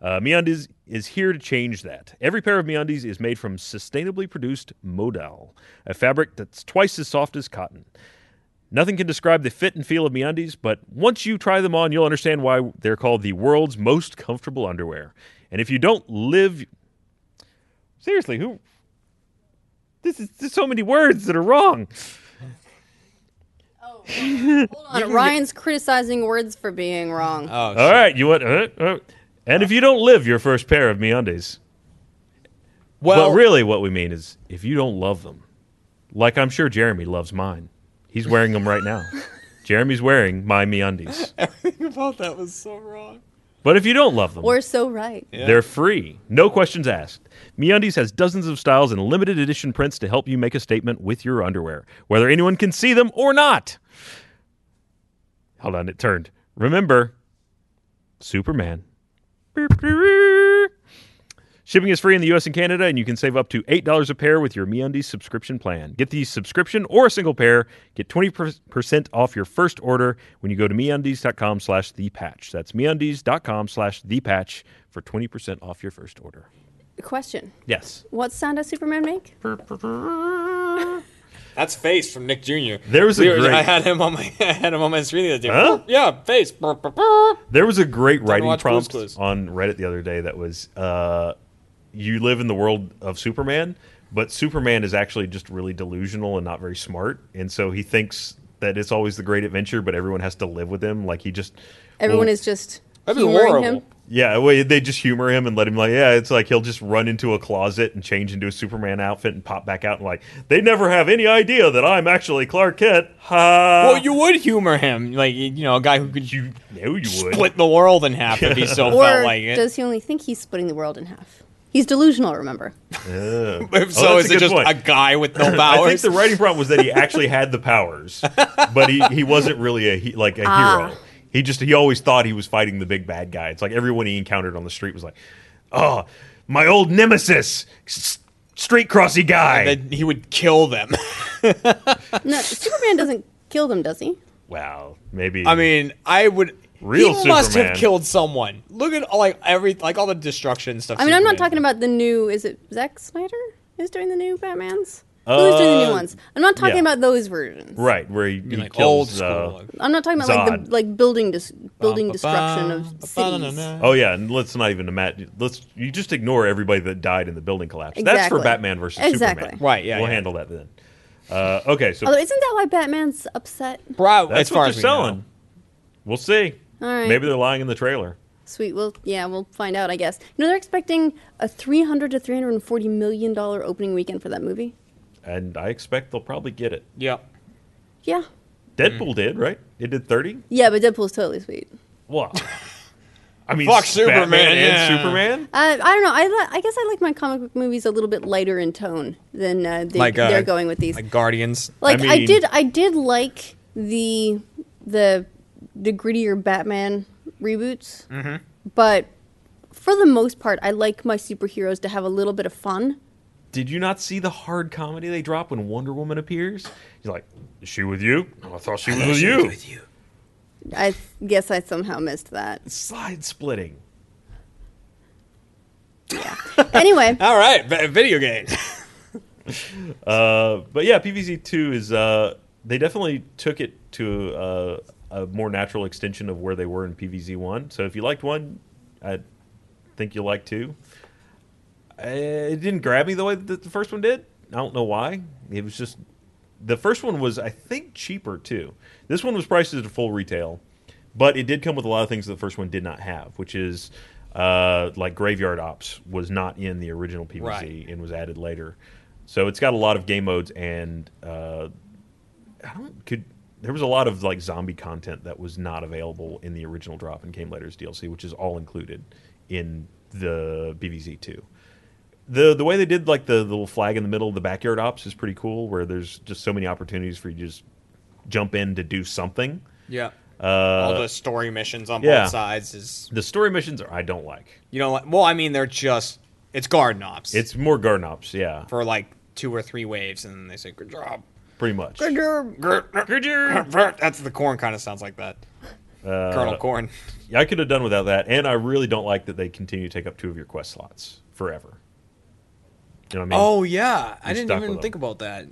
Speaker 1: Uh, MeUndies is here to change that. Every pair of MeUndies is made from sustainably produced modal, a fabric that's twice as soft as cotton. Nothing can describe the fit and feel of MeUndies, but once you try them on, you'll understand why they're called the world's most comfortable underwear. And if you don't live, seriously, who? This is there's so many words that are wrong.
Speaker 2: Hold on, Ryan's criticizing words for being wrong.
Speaker 3: Oh,
Speaker 1: All right, you want? Uh, uh, and if you don't live your first pair of MeUndies,
Speaker 3: well,
Speaker 1: but really, what we mean is if you don't love them, like I'm sure Jeremy loves mine. He's wearing them right now. Jeremy's wearing my MeUndies.
Speaker 3: everything about that was so wrong.
Speaker 1: But if you don't love them,
Speaker 2: We're so right.
Speaker 3: Yeah.
Speaker 1: They're free, no questions asked. MeUndies has dozens of styles and limited edition prints to help you make a statement with your underwear, whether anyone can see them or not. Hold on, it turned. Remember, Superman. Beep, beep, beep. Shipping is free in the U.S. and Canada, and you can save up to eight dollars a pair with your MeUndies subscription plan. Get the subscription or a single pair. Get twenty percent off your first order when you go to MeUndies.com/slash/the patch. That's MeUndies.com/slash/the patch for twenty percent off your first order.
Speaker 2: Question:
Speaker 1: Yes.
Speaker 2: What sound does Superman make?
Speaker 3: That's face from Nick Jr.
Speaker 1: There was a
Speaker 3: We were-
Speaker 1: great-
Speaker 3: I had him on my I had him on my screen the other day.
Speaker 1: Huh? Uh.
Speaker 3: Yeah, face.
Speaker 1: There was a great writing
Speaker 3: watch Blue's
Speaker 1: prompt
Speaker 3: Clues.
Speaker 1: on Reddit the other day that was uh, you live in the world of Superman, but Superman is actually just really delusional and not very smart. And so he thinks that it's always the great adventure, but everyone has to live with him. Like he just.
Speaker 2: Everyone
Speaker 1: will-
Speaker 2: is just
Speaker 3: That'd be
Speaker 2: humoring
Speaker 3: horrible.
Speaker 2: him.
Speaker 1: Yeah, well, they just humor him and let him like, yeah, it's like he'll just run into a closet and change into a Superman outfit and pop back out and like, they never have any idea that I'm actually Clark Kent. Ha!
Speaker 3: Well, you would humor him, like you know, a guy who could
Speaker 1: you know you would.
Speaker 3: split the world in half if he so
Speaker 2: Or
Speaker 3: felt like it.
Speaker 2: does he only think he's splitting the world in half? He's delusional. Remember?
Speaker 1: Yeah.
Speaker 3: If so
Speaker 1: Oh, that's
Speaker 3: is
Speaker 1: a
Speaker 3: it
Speaker 1: good
Speaker 3: just
Speaker 1: point.
Speaker 3: a guy with no
Speaker 1: I think
Speaker 3: powers?
Speaker 1: the writing problem was that he actually had the powers, but he, he wasn't really a he, like a
Speaker 3: Ah.
Speaker 1: hero. He just he always thought he was fighting the big bad guy. It's like everyone he encountered on the street was like, "Oh, my old nemesis, s- street crossy guy."
Speaker 3: that he would kill them.
Speaker 2: No, Superman doesn't kill them, does he?
Speaker 1: wow, maybe.
Speaker 3: I mean, I would.
Speaker 1: Real
Speaker 3: he must have
Speaker 1: Superman.
Speaker 3: killed someone. Look at like every like all the destruction stuff.
Speaker 2: I mean, I'm not
Speaker 3: Superman
Speaker 2: talking
Speaker 3: did.
Speaker 2: about the new. Is it Zack Snyder who's doing the new Batman's? Who's doing the new
Speaker 1: Uh,
Speaker 2: ones? I'm not talking
Speaker 1: yeah.
Speaker 2: about those versions.
Speaker 1: right where he, he
Speaker 3: Like old
Speaker 1: kills.
Speaker 3: school.
Speaker 1: uh,
Speaker 2: I'm not talking about like
Speaker 1: Zod.
Speaker 2: the like building dis- building
Speaker 3: Ba-ba-ba,
Speaker 2: destruction of cities.
Speaker 3: ba-ba-na-na.
Speaker 1: oh yeah, and let's not even imagine. Let's you just ignore everybody that died in the building collapse. That's for
Speaker 2: Exactly.
Speaker 1: Batman versus
Speaker 2: Exactly.
Speaker 1: Superman.
Speaker 3: Right, yeah,
Speaker 1: We'll
Speaker 3: yeah.
Speaker 1: handle that then. Uh, okay. So
Speaker 2: Although isn't that why Batman's upset?
Speaker 3: Bro,
Speaker 1: Oh, That's
Speaker 3: as far
Speaker 1: what
Speaker 3: as
Speaker 1: they're
Speaker 3: we
Speaker 1: selling.
Speaker 3: know.
Speaker 1: We'll see.
Speaker 2: All right.
Speaker 1: Maybe they're lying in the trailer.
Speaker 2: Sweet. Well, yeah, we'll find out, I guess. You know, they're expecting a 300 to 340 million dollar opening weekend for that movie.
Speaker 1: and I expect they'll probably get it.
Speaker 3: Yep.
Speaker 2: Yeah.
Speaker 3: Mm.
Speaker 1: Deadpool did right. It did thirty.
Speaker 2: Yeah, but Deadpool's totally sweet.
Speaker 1: Wow. I mean,
Speaker 3: Fuck
Speaker 1: s-
Speaker 3: Superman,
Speaker 1: Batman and
Speaker 3: yeah.
Speaker 1: Superman.
Speaker 2: Uh, I don't know. I, li- I guess I like my comic book movies a little bit lighter in tone than uh, they,
Speaker 3: Like, uh,
Speaker 2: they're going with these.
Speaker 3: Like Guardians.
Speaker 2: Like
Speaker 1: I
Speaker 2: I,
Speaker 1: mean-
Speaker 2: did, I did like the the the grittier Batman reboots,
Speaker 1: Mm-hmm.
Speaker 2: but for the most part, I like my superheroes to have a little bit of fun.
Speaker 1: Did you not see the hard comedy they drop when Wonder Woman appears? You're like, is she with you? Oh, I thought she was with you.
Speaker 2: I guess I somehow missed that.
Speaker 1: Slide splitting.
Speaker 2: Anyway,
Speaker 3: All right, v- video games.
Speaker 1: Uh, but yeah, PVC two is uh, they definitely took it to uh, a more natural extension of where they were in PVC one. So if you liked one, I think you'll like two. Uh, It didn't grab me the way that the first one did. I don't know why. It was just the first one was I think cheaper too. This one was priced at full retail, but it did come with a lot of things that the first one did not have, which is uh, like graveyard ops was not in the original PVC
Speaker 3: Right.
Speaker 1: and was added later. So it's got a lot of game modes and uh, I don't could there was a lot of like zombie content that was not available in the original drop and came later as DLC, which is all included in the BVZ two. The the way they did like the, the little flag in the middle of the backyard ops is pretty cool, where there's just so many opportunities for you to just jump in to do something.
Speaker 3: Yeah.
Speaker 1: Uh,
Speaker 3: All the story missions on
Speaker 1: yeah.
Speaker 3: both sides is
Speaker 1: the story missions are I don't like.
Speaker 3: you know like, well I mean they're just it's garden ops.
Speaker 1: It's more garden ops, yeah,
Speaker 3: for like two or three waves and then they say good job.
Speaker 1: pretty much.
Speaker 3: Good job. That's the corn kind of sounds like that.
Speaker 1: Uh,
Speaker 3: Colonel Corn.
Speaker 1: Yeah, I could have done without that, and I really don't like that they continue to take up two of your quest slots forever. You know what I mean?
Speaker 3: Oh yeah, I
Speaker 1: You're
Speaker 3: didn't
Speaker 1: stuck
Speaker 3: even
Speaker 1: with 'em.
Speaker 3: think about that.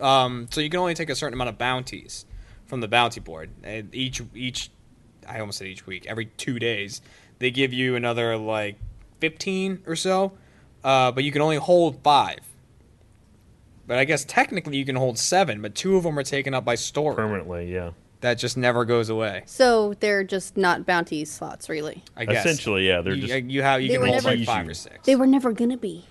Speaker 3: Um, so you can only take a certain amount of bounties from the bounty board. And each each, I almost said each week. Every two days, they give you another like fifteen or so, uh, but you can only hold five. But I guess technically you can hold seven, but two of them are taken up by story.
Speaker 1: permanently, yeah.
Speaker 3: That just never goes away.
Speaker 2: so they're just not bounty slots, really.
Speaker 3: I guess
Speaker 1: Essentially, yeah, they're
Speaker 3: you,
Speaker 1: just-
Speaker 3: you have you
Speaker 2: They
Speaker 3: can
Speaker 2: were
Speaker 3: hold
Speaker 2: never-
Speaker 3: like five or six.
Speaker 2: They were never gonna be.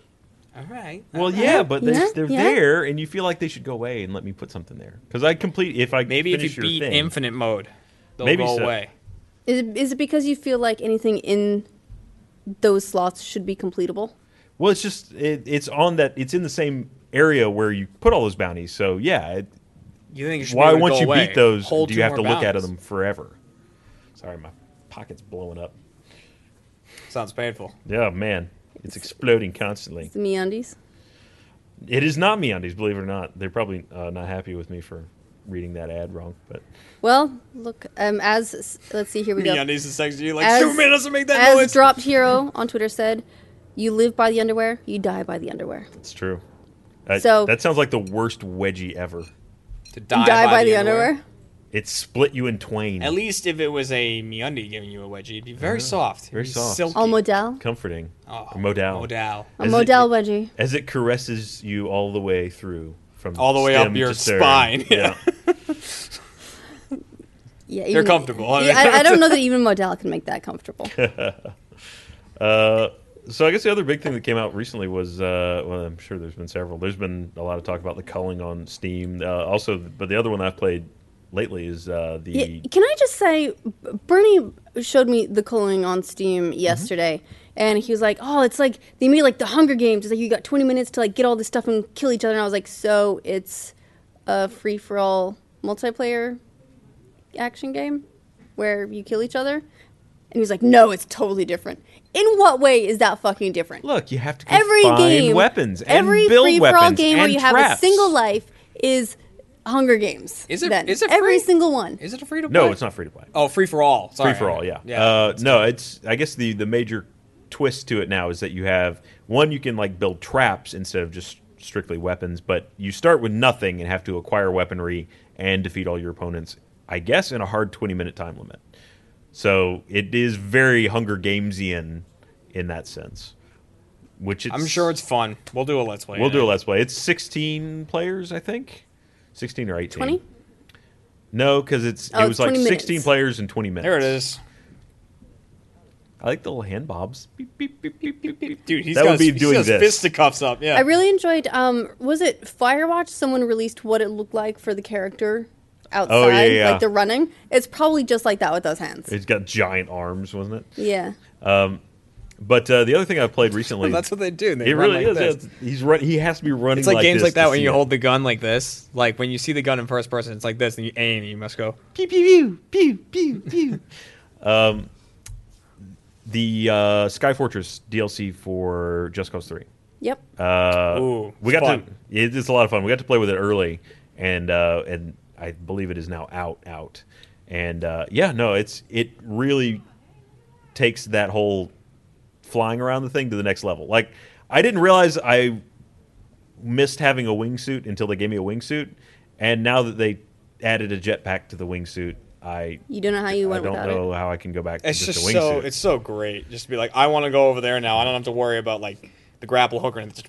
Speaker 3: all right.
Speaker 1: Well, yeah, but they,
Speaker 2: Yeah,
Speaker 1: they're
Speaker 2: yeah.
Speaker 1: there, and you feel like they should go away and let me put something there. Because I complete if I
Speaker 3: maybe if
Speaker 1: finish
Speaker 3: you
Speaker 1: your
Speaker 3: beat
Speaker 1: thing,
Speaker 3: infinite mode, they'll
Speaker 1: Maybe
Speaker 3: go
Speaker 1: so.
Speaker 3: away.
Speaker 2: Is it, is it because you feel like anything in those slots should be completable?
Speaker 1: Well, it's just it, it's on that it's in the same area where you put all those bounties. So yeah, it,
Speaker 3: You think it should
Speaker 1: why
Speaker 3: be able to
Speaker 1: once
Speaker 3: go
Speaker 1: you
Speaker 3: away?
Speaker 1: beat those
Speaker 3: Hold
Speaker 1: do
Speaker 3: two
Speaker 1: you have to
Speaker 3: more
Speaker 1: look at
Speaker 3: bounds.
Speaker 1: them forever? Sorry, my pocket's blowing up.
Speaker 3: Sounds painful.
Speaker 1: Yeah, man, it's exploding constantly.
Speaker 2: The MeUndies.
Speaker 1: It is not MeUndies, believe it or not. They're probably uh, not happy with me for reading that ad wrong, but
Speaker 2: Well, look. Um, as let's see, here we go.
Speaker 3: MeUndies is sexy. You're like
Speaker 2: As-
Speaker 3: Superman doesn't make that
Speaker 2: As
Speaker 3: noise.
Speaker 2: dropped hero on Twitter said, "You live by the underwear, you die by the underwear."
Speaker 1: it's true. That-
Speaker 2: So-
Speaker 1: that sounds like the worst wedgie ever.
Speaker 3: to
Speaker 2: Die,
Speaker 3: die,
Speaker 2: by, the, underwear.
Speaker 1: It split you in twain.
Speaker 3: At least if it was a MeUndie giving you a wedgie, it'd be very soft, It'd
Speaker 1: Uh-huh. Very
Speaker 3: be
Speaker 1: soft.
Speaker 3: silky.
Speaker 2: Al modal.
Speaker 1: comforting.
Speaker 3: Oh,
Speaker 1: Or modal.
Speaker 3: Modal.
Speaker 2: A
Speaker 1: As it-
Speaker 2: modal wedgie.
Speaker 1: As it caresses you all the way through from
Speaker 3: All the way up
Speaker 1: stem
Speaker 3: your
Speaker 1: to stern.
Speaker 3: spine.
Speaker 1: Yeah.
Speaker 2: Yeah, even-
Speaker 3: comfortable, aren't
Speaker 2: Yeah,
Speaker 3: they?
Speaker 2: I, I don't know that even modal can make that comfortable.
Speaker 1: Uh, so I guess the other big thing that came out recently was uh, well, I'm sure there's been several. There's been a lot of talk about the culling on Steam. Uh, also, but the other one I've played lately is uh, the
Speaker 2: Yeah, can I just say, B- Bernie showed me the culling on Steam yesterday, and he was like, "Oh, it's like they made like the Hunger Games. It's like you got 20 minutes to like get all this stuff and kill each other." And I was like, "So it's a free for all multiplayer action game where you kill each other?" And he was like, "No, it's totally different. In what way is that fucking different?
Speaker 1: look. You have to go
Speaker 2: every
Speaker 1: find
Speaker 2: game,
Speaker 1: weapons and
Speaker 2: every
Speaker 1: build
Speaker 2: free
Speaker 1: weapons
Speaker 2: for all game where
Speaker 1: and
Speaker 2: you have a
Speaker 1: traps.
Speaker 2: single life is." Hunger Games.
Speaker 3: Is it-
Speaker 2: Then.
Speaker 3: is it
Speaker 2: every
Speaker 3: free?
Speaker 2: single one?
Speaker 3: Is it a free to play?
Speaker 1: No, it's not free to play.
Speaker 3: Oh, free for all. Sorry.
Speaker 1: free for all. Yeah.
Speaker 3: Yeah.
Speaker 1: uh, no, it's. I guess the the major twist to it now is that you have one. You can like build traps instead of just strictly weapons, but you start with nothing and have to acquire weaponry and defeat all your opponents. I guess in a hard twenty minute time limit. So it is very Hunger Gamesian in that sense. Which it's,
Speaker 3: I'm sure it's fun. We'll do a let's play.
Speaker 1: We'll do a let's play. It's sixteen players, I think, sixteen or eighteen.
Speaker 2: 20?
Speaker 1: No, because it's
Speaker 2: Oh,
Speaker 1: it was like
Speaker 2: 20 minutes.
Speaker 1: sixteen players in twenty minutes.
Speaker 3: There it is.
Speaker 1: I like the little hand bobs. Beep, beep, beep, beep, beep, beep.
Speaker 4: Dude, he's
Speaker 1: That
Speaker 4: got
Speaker 1: would be
Speaker 4: his,
Speaker 1: doing
Speaker 4: he's got his
Speaker 1: this.
Speaker 4: fisticuffs up. Yeah.
Speaker 2: I really enjoyed. Um, was it Firewatch? Someone released what it looked like for the character outside,
Speaker 1: Oh, yeah.
Speaker 2: like they're running. It's probably just like that with those hands.
Speaker 1: It's got giant arms, wasn't it?
Speaker 2: yeah,
Speaker 1: But uh, the other thing I've played recently,
Speaker 3: That's what they do. They
Speaker 1: it
Speaker 3: run
Speaker 1: really
Speaker 3: like
Speaker 1: is.
Speaker 3: this.
Speaker 1: It's- He's run, he has to be running.
Speaker 3: It's like, games
Speaker 1: this
Speaker 3: like that
Speaker 1: to
Speaker 3: when
Speaker 1: see
Speaker 3: you
Speaker 1: it.
Speaker 3: hold the gun like this. Like when you see the gun in first person, it's like this, and you aim, and you must go pew pew pew pew pew pew.
Speaker 1: Um, the uh, Sky Fortress DLC for Just Cause Three.
Speaker 2: yep.
Speaker 1: Uh,
Speaker 4: Oow,
Speaker 1: we
Speaker 4: it's
Speaker 1: got to.
Speaker 4: fun.
Speaker 1: It, it's a lot of fun. We got to play with it early, and uh, and I believe it is now out out. And uh, yeah, no, it's it really takes that whole flying around the thing to the next level. Like I didn't realize I missed having a wingsuit until they gave me a wingsuit, and now that they added a jetpack to the wingsuit, I
Speaker 2: you don't know how you
Speaker 1: I
Speaker 2: went
Speaker 1: don't
Speaker 2: without
Speaker 1: know how I can go back to
Speaker 4: It's
Speaker 1: just,
Speaker 4: just
Speaker 1: a wingsuit.
Speaker 4: so it's so great. Just to be like, I want to go over there now. I don't have to worry about like the grapple hooker and just.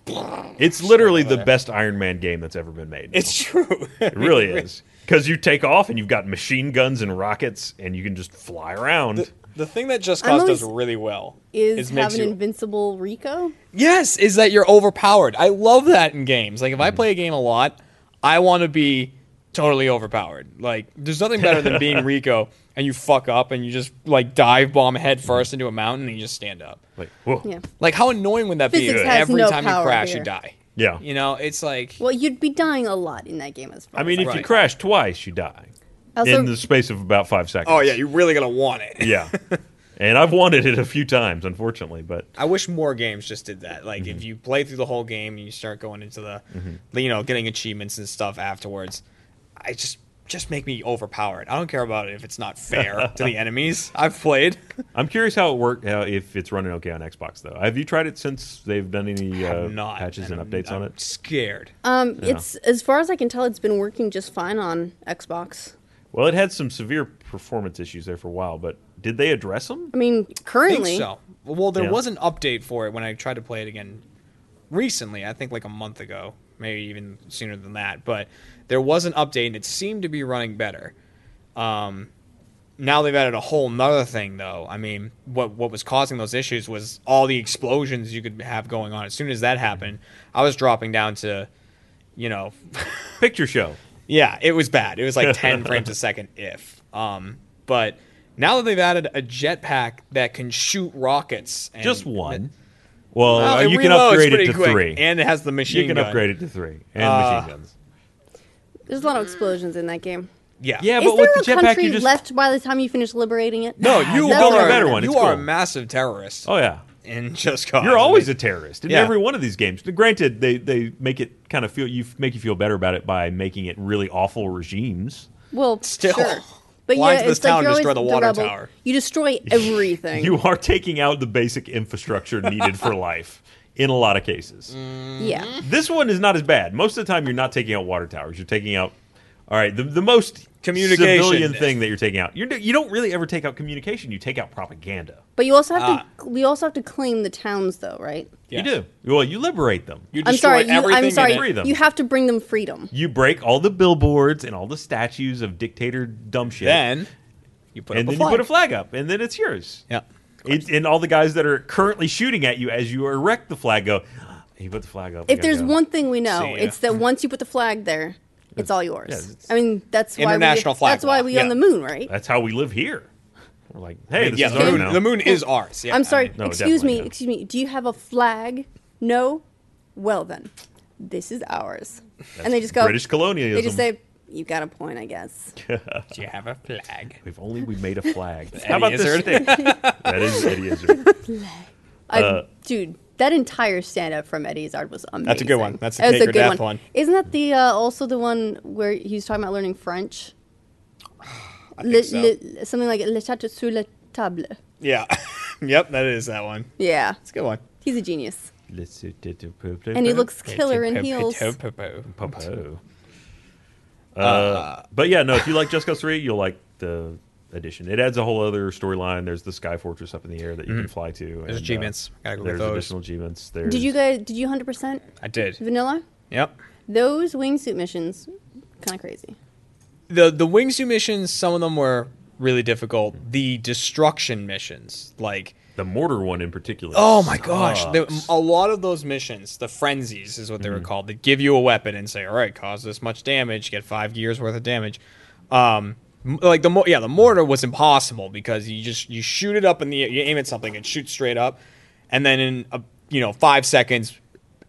Speaker 1: It's literally
Speaker 4: over
Speaker 1: the
Speaker 4: there.
Speaker 1: best Iron Man game that's ever been made. now.
Speaker 4: It's true.
Speaker 1: It really is. Because you take off and you've got machine guns and rockets and you can just fly around.
Speaker 4: The, the thing that Just
Speaker 2: I'm
Speaker 4: Cause does
Speaker 2: always-
Speaker 4: really well
Speaker 2: it. Is
Speaker 4: is makes
Speaker 2: have an
Speaker 4: you
Speaker 2: invincible Rico?
Speaker 3: Yes, is that you're overpowered. I love that in games. Like if
Speaker 4: Hmm.
Speaker 3: I play a game a lot, I want to be totally overpowered. Like there's nothing better than being Rico and you fuck up and you just like dive bomb head first into a mountain and you just stand up.
Speaker 1: like, whoa.
Speaker 2: Yeah.
Speaker 3: Like how annoying would that be
Speaker 2: Physics
Speaker 3: if
Speaker 2: has
Speaker 3: every
Speaker 2: no
Speaker 3: time you
Speaker 2: power
Speaker 3: crash
Speaker 2: here.
Speaker 3: you die?
Speaker 1: Yeah.
Speaker 3: You know, it's like
Speaker 2: Well, you'd be dying a lot in that game as far
Speaker 1: I mean,
Speaker 2: as
Speaker 1: if you
Speaker 3: Right.
Speaker 1: crash twice, you die.
Speaker 2: Also-
Speaker 1: in the space of about five seconds.
Speaker 4: Oh yeah, you're really gonna want it.
Speaker 1: yeah. And I've wanted it a few times, unfortunately, but
Speaker 3: I wish more games just did that. Like
Speaker 1: Mm-hmm.
Speaker 3: if you play through the whole game and you start going into the, you know, getting achievements and stuff afterwards, I just just make me overpowered. I don't care about it if it's not fair to the enemies I've played.
Speaker 1: I'm curious how it worked. How, if it's running okay on Xbox, though. Have you tried it since they've done any uh,
Speaker 3: I'm not
Speaker 1: patches and
Speaker 3: I'm-
Speaker 1: updates on
Speaker 3: I'm
Speaker 1: it?
Speaker 3: Scared.
Speaker 2: Um, it's as far as I can tell, it's been working just fine on Xbox.
Speaker 1: Well, it had some severe performance issues there for a while, but did they address them?
Speaker 2: I mean,
Speaker 3: I think
Speaker 2: currently,
Speaker 3: so. Well, there
Speaker 1: Yeah.
Speaker 3: was an update for it when I tried to play it again recently. I think like a month ago, maybe even sooner than that. But there was an update, and it seemed to be running better. Um, now they've added a whole nother thing, though. I mean, what what was causing those issues was all the explosions you could have going on. As soon as that happened, I was dropping down to, you know,
Speaker 1: Picture show.
Speaker 3: Yeah, it was bad. It was like 10 frames a second if. Um, but now that they've added a jetpack that can shoot rockets, and
Speaker 1: Just one. Well, uh,
Speaker 3: Well,
Speaker 1: you can
Speaker 3: reloads
Speaker 1: upgrade it
Speaker 3: pretty
Speaker 1: to
Speaker 3: quick,
Speaker 1: three.
Speaker 3: and it has the machine.
Speaker 1: you can
Speaker 3: gun.
Speaker 1: upgrade it to three and
Speaker 3: Ah.
Speaker 1: machine guns.
Speaker 2: there's a lot of explosions in that game.
Speaker 3: Yeah,
Speaker 1: Yeah,
Speaker 2: is
Speaker 1: but with
Speaker 2: there
Speaker 1: the
Speaker 2: a
Speaker 1: jetpack,
Speaker 2: country
Speaker 1: you just
Speaker 2: left by the time you finish liberating it?
Speaker 3: No, you
Speaker 2: That's
Speaker 3: are
Speaker 2: a better
Speaker 1: one.
Speaker 3: You
Speaker 1: It's
Speaker 3: are a
Speaker 1: cool.
Speaker 3: massive terrorist.
Speaker 1: Oh yeah,
Speaker 3: in just cause.
Speaker 1: you're always a terrorist in
Speaker 3: Yeah.
Speaker 1: every one of these games. Granted, they they make it kind of feel you make you feel better about it by making it really awful regimes.
Speaker 2: Well,
Speaker 3: Still.
Speaker 2: sure. But
Speaker 3: Fly
Speaker 2: yeah,
Speaker 3: into this
Speaker 2: it's like
Speaker 3: town,
Speaker 2: you're
Speaker 3: destroy
Speaker 2: always
Speaker 3: the water
Speaker 2: rebel.
Speaker 3: tower.
Speaker 2: You destroy everything.
Speaker 1: You are taking out the basic infrastructure needed for life in a lot of cases.
Speaker 3: Mm.
Speaker 2: yeah.
Speaker 1: This one is not as bad. Most of the time, you're not taking out water towers. You're taking out all right the the most
Speaker 3: Communication.
Speaker 1: civilian thing that you're taking out. You're, you don't really ever take out communication. You take out propaganda.
Speaker 2: But you also have
Speaker 3: Ah.
Speaker 2: to. You also have to claim the towns, though, right?
Speaker 3: Yes.
Speaker 1: You do. Well, you liberate them.
Speaker 3: You
Speaker 2: I'm
Speaker 3: destroy
Speaker 2: sorry. You,
Speaker 3: everything
Speaker 2: I'm
Speaker 3: in
Speaker 2: sorry.
Speaker 3: it.
Speaker 1: Free them.
Speaker 2: You have to bring them freedom.
Speaker 1: You break all the billboards and all the statues of dictator dumb shit.
Speaker 3: Then you put
Speaker 1: and
Speaker 3: up
Speaker 1: then
Speaker 3: a flag.
Speaker 1: you put a flag up, and then it's yours.
Speaker 3: Yeah.
Speaker 1: It, and all the guys that are currently shooting at you as you erect the flag go, "Ah," you put the flag up. we
Speaker 2: If
Speaker 1: gotta
Speaker 2: there's
Speaker 1: go.
Speaker 2: one thing we know,
Speaker 3: See ya.
Speaker 2: it's that once you put the flag there, it's all yours.
Speaker 1: Yeah, it's-
Speaker 2: I mean, that's why
Speaker 3: International
Speaker 2: we,
Speaker 3: flag
Speaker 2: That's why
Speaker 3: law,
Speaker 2: we
Speaker 3: yeah. Uh,
Speaker 2: own the moon, right?
Speaker 1: That's how we live here. We're like, hey, this
Speaker 3: Yeah,
Speaker 1: is
Speaker 3: the
Speaker 1: our
Speaker 3: moon,
Speaker 1: now.
Speaker 3: the moon is ours. Yeah,
Speaker 2: I'm sorry.
Speaker 1: no,
Speaker 2: excuse me.
Speaker 1: definitely, yeah.
Speaker 2: Excuse me. Do you have a flag? No. Well then, this is ours. and they just go
Speaker 1: British colonialism.
Speaker 2: They just say, "You got a point, I guess."
Speaker 3: Do you have a flag?
Speaker 1: if only we made a flag. how about
Speaker 3: Izzard.
Speaker 1: this thing? that is Eddie Izzard.
Speaker 2: I,
Speaker 1: Uh,
Speaker 2: dude, that entire stand up from Eddie Izzard was amazing.
Speaker 3: a good one. That's the
Speaker 2: It was
Speaker 3: take or death one.
Speaker 2: Isn't that the uh, also the one where he was talking about learning French? Le-
Speaker 3: so.
Speaker 2: le- something like le chat sur la table.
Speaker 3: Yeah. yep, that is that one.
Speaker 2: Yeah,
Speaker 3: It's a good one.
Speaker 2: he's a genius,
Speaker 1: Let's do- do- do-
Speaker 2: and he looks killer in heels.
Speaker 1: Popo. Uh, but yeah, no. If you like Just Cause Three, you'll like the addition. It adds a whole other storyline. There's the Sky Fortress up in the air that you can fly to. and, uh,
Speaker 3: Mm-hmm. achievements. Gotta go get
Speaker 1: there's
Speaker 3: those.
Speaker 1: additional achievements. There's
Speaker 2: Did you guys? Did you 100%
Speaker 3: I did.
Speaker 2: vanilla?
Speaker 3: Yep.
Speaker 2: Those wingsuit missions, kind of crazy.
Speaker 3: the the wingsuit missions some of them were really difficult the destruction missions like
Speaker 1: the mortar one in particular.
Speaker 3: Oh my gosh! Mm-hmm. The-
Speaker 1: sucks.
Speaker 3: a lot of those missions, the frenzies is what they were called. They give you a weapon and say, "All right, cause this much damage, get five gears worth of damage." Um, m- like the mo- yeah, the mortar was impossible because you just you shoot it up in the air, you aim at something and shoot straight up, and then in a, you know five seconds,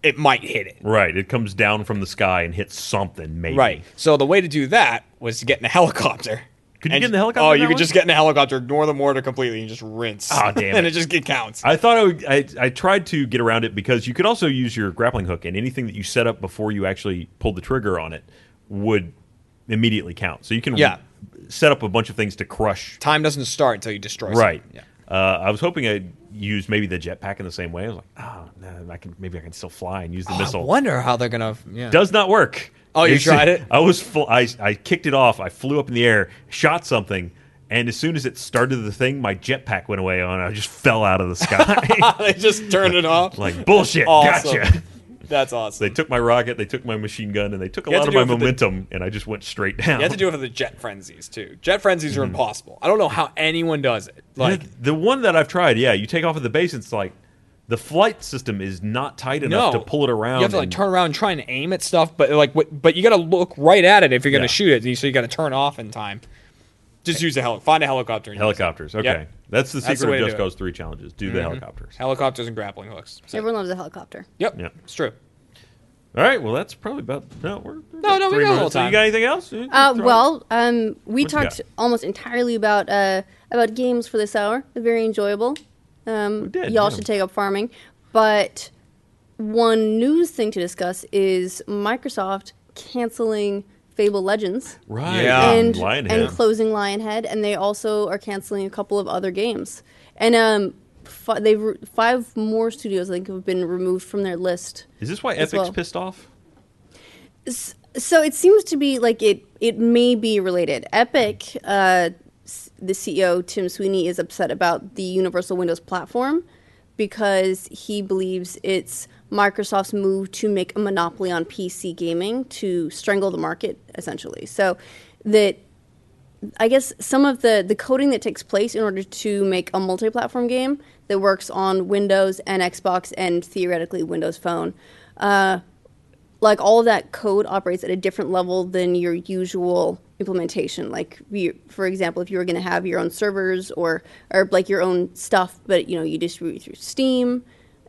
Speaker 3: it might hit it.
Speaker 1: Right, it comes down from the sky and hits something. Maybe
Speaker 3: Right. So the way to do that was to get in a helicopter.
Speaker 1: Could you
Speaker 3: And-
Speaker 1: get in the helicopter
Speaker 3: Oh,
Speaker 1: in
Speaker 3: you
Speaker 1: that
Speaker 3: could
Speaker 1: one?
Speaker 3: just
Speaker 4: Just get in a helicopter, ignore the mortar completely, and just rinse.
Speaker 1: Ah, damn
Speaker 4: and
Speaker 1: it.
Speaker 4: it just it counts.
Speaker 1: I thought I, would, I I tried to get around it because you could also use your grappling hook and anything that you set up before you actually pulled the trigger on it would immediately count. So you can
Speaker 3: Yeah.
Speaker 1: set up a bunch of things to crush.
Speaker 3: time doesn't start until you destroy. something.
Speaker 1: Right.
Speaker 3: Yeah.
Speaker 1: Uh, I was hoping I'd use maybe the jetpack in the same way. I was like, oh, no, I can maybe I can still fly and use
Speaker 4: Ah,
Speaker 1: the
Speaker 3: I
Speaker 1: missile.
Speaker 3: wonder how they're gonna. Yeah.
Speaker 1: Does not work.
Speaker 3: Oh, you
Speaker 1: It's-
Speaker 3: tried it?
Speaker 1: I was fl- I I kicked it off. I flew up in the air, shot something, and as soon as it started the thing, my jetpack went away on. I just fell out of the sky.
Speaker 4: they just turn it off.
Speaker 1: like bullshit.
Speaker 4: Awesome.
Speaker 1: Gotcha.
Speaker 4: That's awesome.
Speaker 1: They took my rocket, they took my machine gun, and they took a
Speaker 4: You have
Speaker 1: lot
Speaker 4: to
Speaker 1: of
Speaker 4: do
Speaker 1: my
Speaker 4: it for the-
Speaker 1: momentum, and I just went straight down.
Speaker 4: You have to do it for the jet frenzies too. Jet frenzies
Speaker 1: Mm-hmm.
Speaker 4: are impossible. I don't know how anyone does it.
Speaker 1: like
Speaker 4: Like
Speaker 1: the one that I've tried. Yeah, you take off at the base, and it's like the flight system is not tight enough
Speaker 3: No.
Speaker 1: to pull it around.
Speaker 3: You have to like
Speaker 1: and-
Speaker 3: turn around and try and aim at stuff, but like, what, but you got to look right at it if you're gonna
Speaker 1: Yeah.
Speaker 3: shoot it. So you got to turn off in time.
Speaker 4: just use a heli. Find a helicopter. And use it.
Speaker 1: helicopters. Okay,
Speaker 4: Yep.
Speaker 1: that's the
Speaker 4: That's the
Speaker 1: secret
Speaker 4: way
Speaker 1: of
Speaker 4: to
Speaker 1: Just
Speaker 4: do it.
Speaker 1: Cause Three challenges. Do
Speaker 3: Mm-hmm.
Speaker 1: the helicopters.
Speaker 4: Helicopters and grappling hooks. So-
Speaker 2: Everyone loves a helicopter.
Speaker 4: yep.
Speaker 1: Yeah.
Speaker 4: It's true.
Speaker 1: All right. Well, that's probably about. No, we're
Speaker 3: No, no, we
Speaker 1: three
Speaker 3: got a little
Speaker 1: minutes. So
Speaker 3: time.
Speaker 1: You got anything else? You
Speaker 2: Uh,
Speaker 1: throw it-
Speaker 2: well, um,
Speaker 1: What
Speaker 2: we
Speaker 1: you
Speaker 2: talked
Speaker 1: got?
Speaker 2: almost entirely about uh, about games for this hour. Very enjoyable. Um,
Speaker 1: We did,
Speaker 2: y'all
Speaker 1: yeah.
Speaker 2: should take up farming. But one news thing to discuss is Microsoft canceling Fable Legends
Speaker 1: right. Um,
Speaker 3: Yeah.
Speaker 2: and
Speaker 1: Lionhead.
Speaker 2: and closing Lionhead, and they also are canceling a couple of other games. And um, f- they've re- five more studios I think have been removed from their list.
Speaker 1: is this why
Speaker 2: as
Speaker 1: Epic's
Speaker 2: well.
Speaker 1: pissed off?
Speaker 2: So it seems to be like it. It may be related. Epic, uh, s- the CEO Tim Sweeney is upset about the Universal Windows platform because he believes it's Microsoft's move to make a monopoly on PC gaming to strangle the market, essentially. So that I guess some of the the coding that takes place in order to make a multi-platform game that works on Windows and Xbox and theoretically Windows Phone like all of that code operates at a different level than your usual implementation. Like, you, for example, if you were going to have your own servers or or like your own stuff, but you know you distribute through Steam,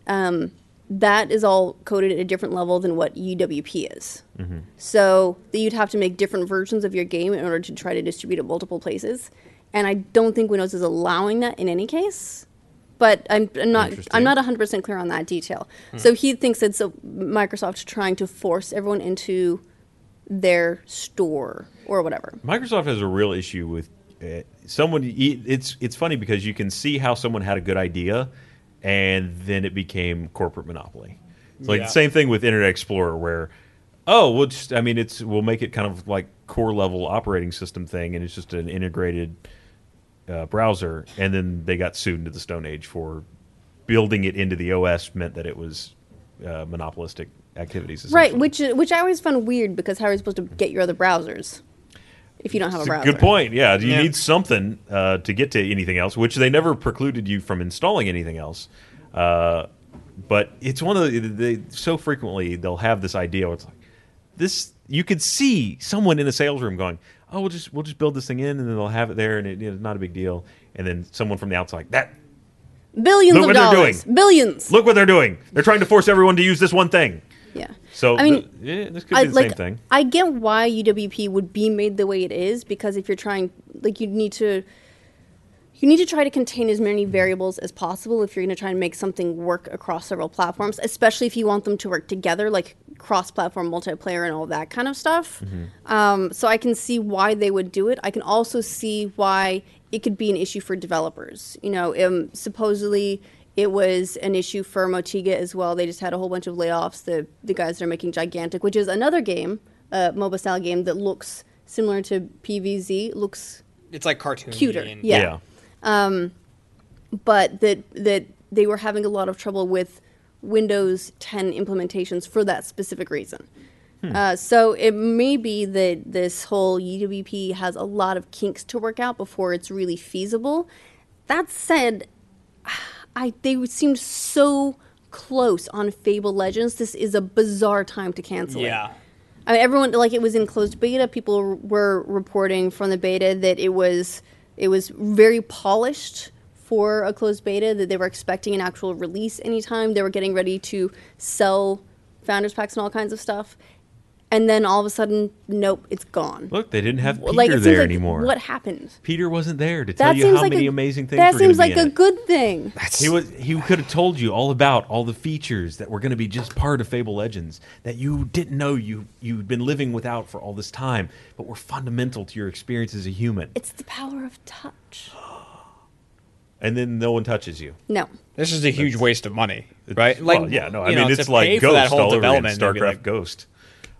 Speaker 2: um, that is all coded at a different level than what UWP is.
Speaker 1: Mm-hmm.
Speaker 2: So that you'd have to make different versions of your game in order to try to distribute it multiple places. And I don't think Windows is allowing that in any case but I'm, I'm not I'm
Speaker 1: Interesting. Hmm.
Speaker 2: not 100 percent clear on that detail. So he thinks it's a, Microsoft trying to force everyone into their store or whatever.
Speaker 1: Microsoft has a real issue with uh, someone. e- It's it's funny because you can see how someone had a good idea, and then it became corporate monopoly. It's like
Speaker 4: Yeah.
Speaker 1: the same thing with Internet Explorer, where oh, we'll just I mean it's we'll make it kind of like core level operating system thing, and it's just an integrated uh, browser. And then they got sued into the Stone Age for building it into the OS meant that it was uh, monopolistic activities.
Speaker 2: Right,
Speaker 1: essentially.
Speaker 2: which which I always found weird because how are you supposed to get your other browsers if you don't have a
Speaker 1: It's
Speaker 2: browser?
Speaker 1: Good point. Yeah, you
Speaker 4: Yeah.
Speaker 1: need something uh, to get to anything else, which they never precluded you from installing anything else. Uh, but it's one of the they, so frequently they'll have this idea. Where it's like this. You could see someone in a sales room going, "Oh, we'll just we'll just build this thing in, and then they'll have it there, and it, it's not a big deal." And then someone from the outside, "That
Speaker 2: Billions
Speaker 1: Look
Speaker 2: of
Speaker 1: what they're
Speaker 2: dollars.
Speaker 1: doing.
Speaker 2: Billions.
Speaker 1: look what they're doing. They're trying to force everyone to use this one thing."
Speaker 2: Yeah.
Speaker 1: So
Speaker 2: I mean,
Speaker 1: th- yeah, this could be the
Speaker 2: like,
Speaker 1: same thing.
Speaker 2: I get why UWP would be made the way it is because if you're trying, like, you need to, you need to try to contain as many variables as possible if you're going to try and make something work across several platforms, especially if you want them to work together, like cross-platform multiplayer and all that kind of stuff.
Speaker 1: Mm-hmm.
Speaker 2: Um, so I can see why they would do it. I can also see why it could be an issue for developers. You know, um, supposedly it was an issue for Motiga as well. They just had a whole bunch of layoffs. The the guys that are making Gigantic, which is another game, a MOBA style game that looks similar to PVZ, looks
Speaker 4: It's like cartoon.
Speaker 2: cuter.
Speaker 4: And,
Speaker 2: Yeah. But that that they were having a lot of trouble with Windows 10 implementations for that specific reason. Uh, so it may be that this whole UWP has a lot of kinks to work out before it's really feasible. That said, I they seemed so close on Fable Legends. This is a bizarre time to cancel it.
Speaker 4: Yeah.
Speaker 2: I mean, everyone like it was in closed beta. People r- were reporting from the beta that it was it was very polished for a closed beta. That they were expecting an actual release anytime. They were getting ready to sell founders packs and all kinds of stuff. And then all of a sudden, nope, it's gone.
Speaker 1: Look, they didn't have Peter
Speaker 2: like it seems
Speaker 1: there
Speaker 2: like
Speaker 1: anymore.
Speaker 2: What happened?
Speaker 1: Peter wasn't there to tell
Speaker 2: That
Speaker 1: you
Speaker 2: seems
Speaker 1: how
Speaker 2: like
Speaker 1: many
Speaker 2: a,
Speaker 1: amazing things.
Speaker 2: That
Speaker 1: were
Speaker 2: seems
Speaker 1: gonna be
Speaker 2: like
Speaker 1: in
Speaker 2: a
Speaker 1: it.
Speaker 2: good thing.
Speaker 1: He was he could have told you all about all the features that were going to be just part of Fable Legends that you didn't know you you'd been living without for all this time, but were fundamental to your experience as a human.
Speaker 2: It's the power of touch.
Speaker 1: And then no one touches you.
Speaker 2: No.
Speaker 3: This is a huge waste of money,
Speaker 1: It's- well, yeah, no, I mean it's like Ghost all over again, StarCraft Ghost.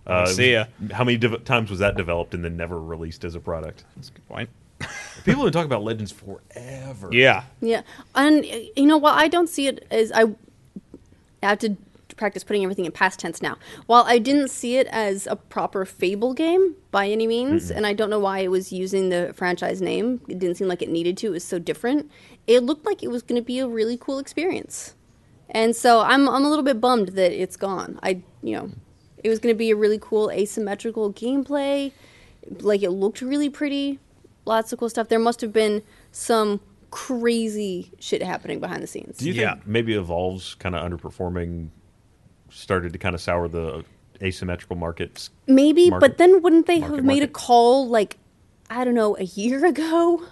Speaker 1: Uh,
Speaker 3: see ya.
Speaker 1: How many dev- times was that developed and then never released as a product?
Speaker 3: point.
Speaker 1: People have been talking about Legends forever.
Speaker 3: Yeah,
Speaker 2: Yeah, and uh, you know while I don't see it as I, I have to practice putting everything in past tense now. While I didn't see it as a proper Fable game by any means, and I don't know why it was using the franchise name. It didn't seem like it needed to. It was so different. It looked like it was going to be a really cool experience, and so I'm I'm a little bit bummed that it's gone. I you know, it was going to be a really cool asymmetrical gameplay like it looked really pretty lots of cool stuff there must have been some crazy shit happening behind the scenes
Speaker 1: Do you
Speaker 3: Yeah.
Speaker 1: think maybe Evolve's kind of underperforming started to kind of sour the asymmetrical markets?
Speaker 2: maybe
Speaker 1: Market-
Speaker 2: but then wouldn't they
Speaker 1: market,
Speaker 2: have made
Speaker 1: market.
Speaker 2: a call like i don't know a year ago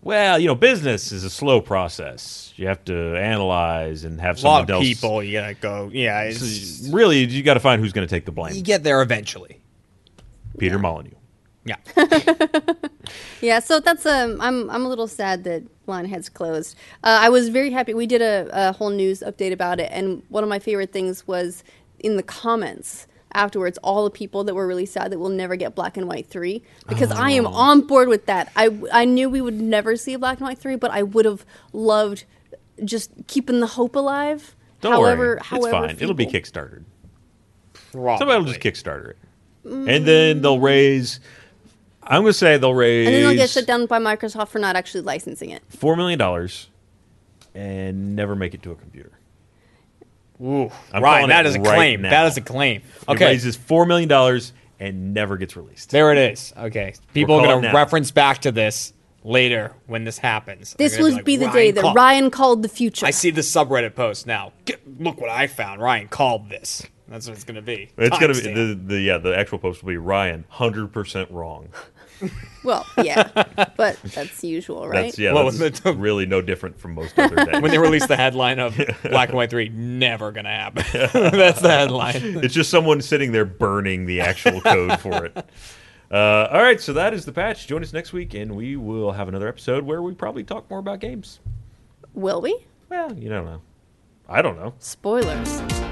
Speaker 1: Well, you know, business is a slow process. You have to analyze and have
Speaker 4: A lot of
Speaker 1: someone else.
Speaker 4: people, you gotta go. Yeah, it's,
Speaker 1: So Really, you got to find who's going to take the blame.
Speaker 3: you get there eventually.
Speaker 1: Peter Molyneux.
Speaker 3: Yeah,
Speaker 2: yeah so that's um i'm i'm a little sad that lionhead's closed uh, i was very happy we did a, a whole news update about it and one of my favorite things was in the comments afterwards all the people that were really sad that we'll never get black and white 3 because i
Speaker 1: Oh.
Speaker 2: am on board with that I, I knew we would never see a black and white 3 but i would have loved just keeping the hope alive
Speaker 1: Don't
Speaker 2: however
Speaker 1: worry,
Speaker 2: however
Speaker 1: it's fine. It'll be
Speaker 2: feeble.
Speaker 1: kickstarted.
Speaker 4: probably.
Speaker 1: Somebody will just kickstarter it, and then they'll raise. I'm going to say they'll raise
Speaker 2: and then they'll get shut down by microsoft for not actually licensing it
Speaker 1: four million dollars, and never make it to a computer.
Speaker 4: Ooh,
Speaker 1: I'm calling
Speaker 4: Ryan, that
Speaker 1: it
Speaker 4: is a
Speaker 1: right
Speaker 4: claim.
Speaker 1: now.
Speaker 4: That is a claim.
Speaker 1: It
Speaker 4: Okay,
Speaker 1: raises four million dollars and never gets released.
Speaker 4: there it is. Okay, people
Speaker 1: calling
Speaker 4: are gonna
Speaker 1: now.
Speaker 4: reference back to this later when this happens. They're
Speaker 2: this
Speaker 4: gonna
Speaker 2: would be,
Speaker 4: like,
Speaker 2: the day that
Speaker 4: called-
Speaker 2: ryan called the future
Speaker 4: I see the subreddit post now. Get, look what I found. Ryan called this. That's what it's gonna be.
Speaker 1: It's gonna be
Speaker 4: Timestamp.
Speaker 1: the, the yeah the actual post will be Ryan hundred percent wrong.
Speaker 2: Well, yeah, but that's usual, right?
Speaker 1: That's yeah
Speaker 4: Well,
Speaker 1: that's
Speaker 4: when the-
Speaker 1: really no different from most other things.
Speaker 4: when they released the headline of Black and White Three, never gonna happen. That's the headline.
Speaker 1: it's just someone sitting there burning the actual code for it. Uh, all right, so that is the patch. Join us next week, and we will have another episode where we probably talk more about games.
Speaker 2: Will we?
Speaker 1: Well, you don't know. I don't know.
Speaker 2: Spoilers.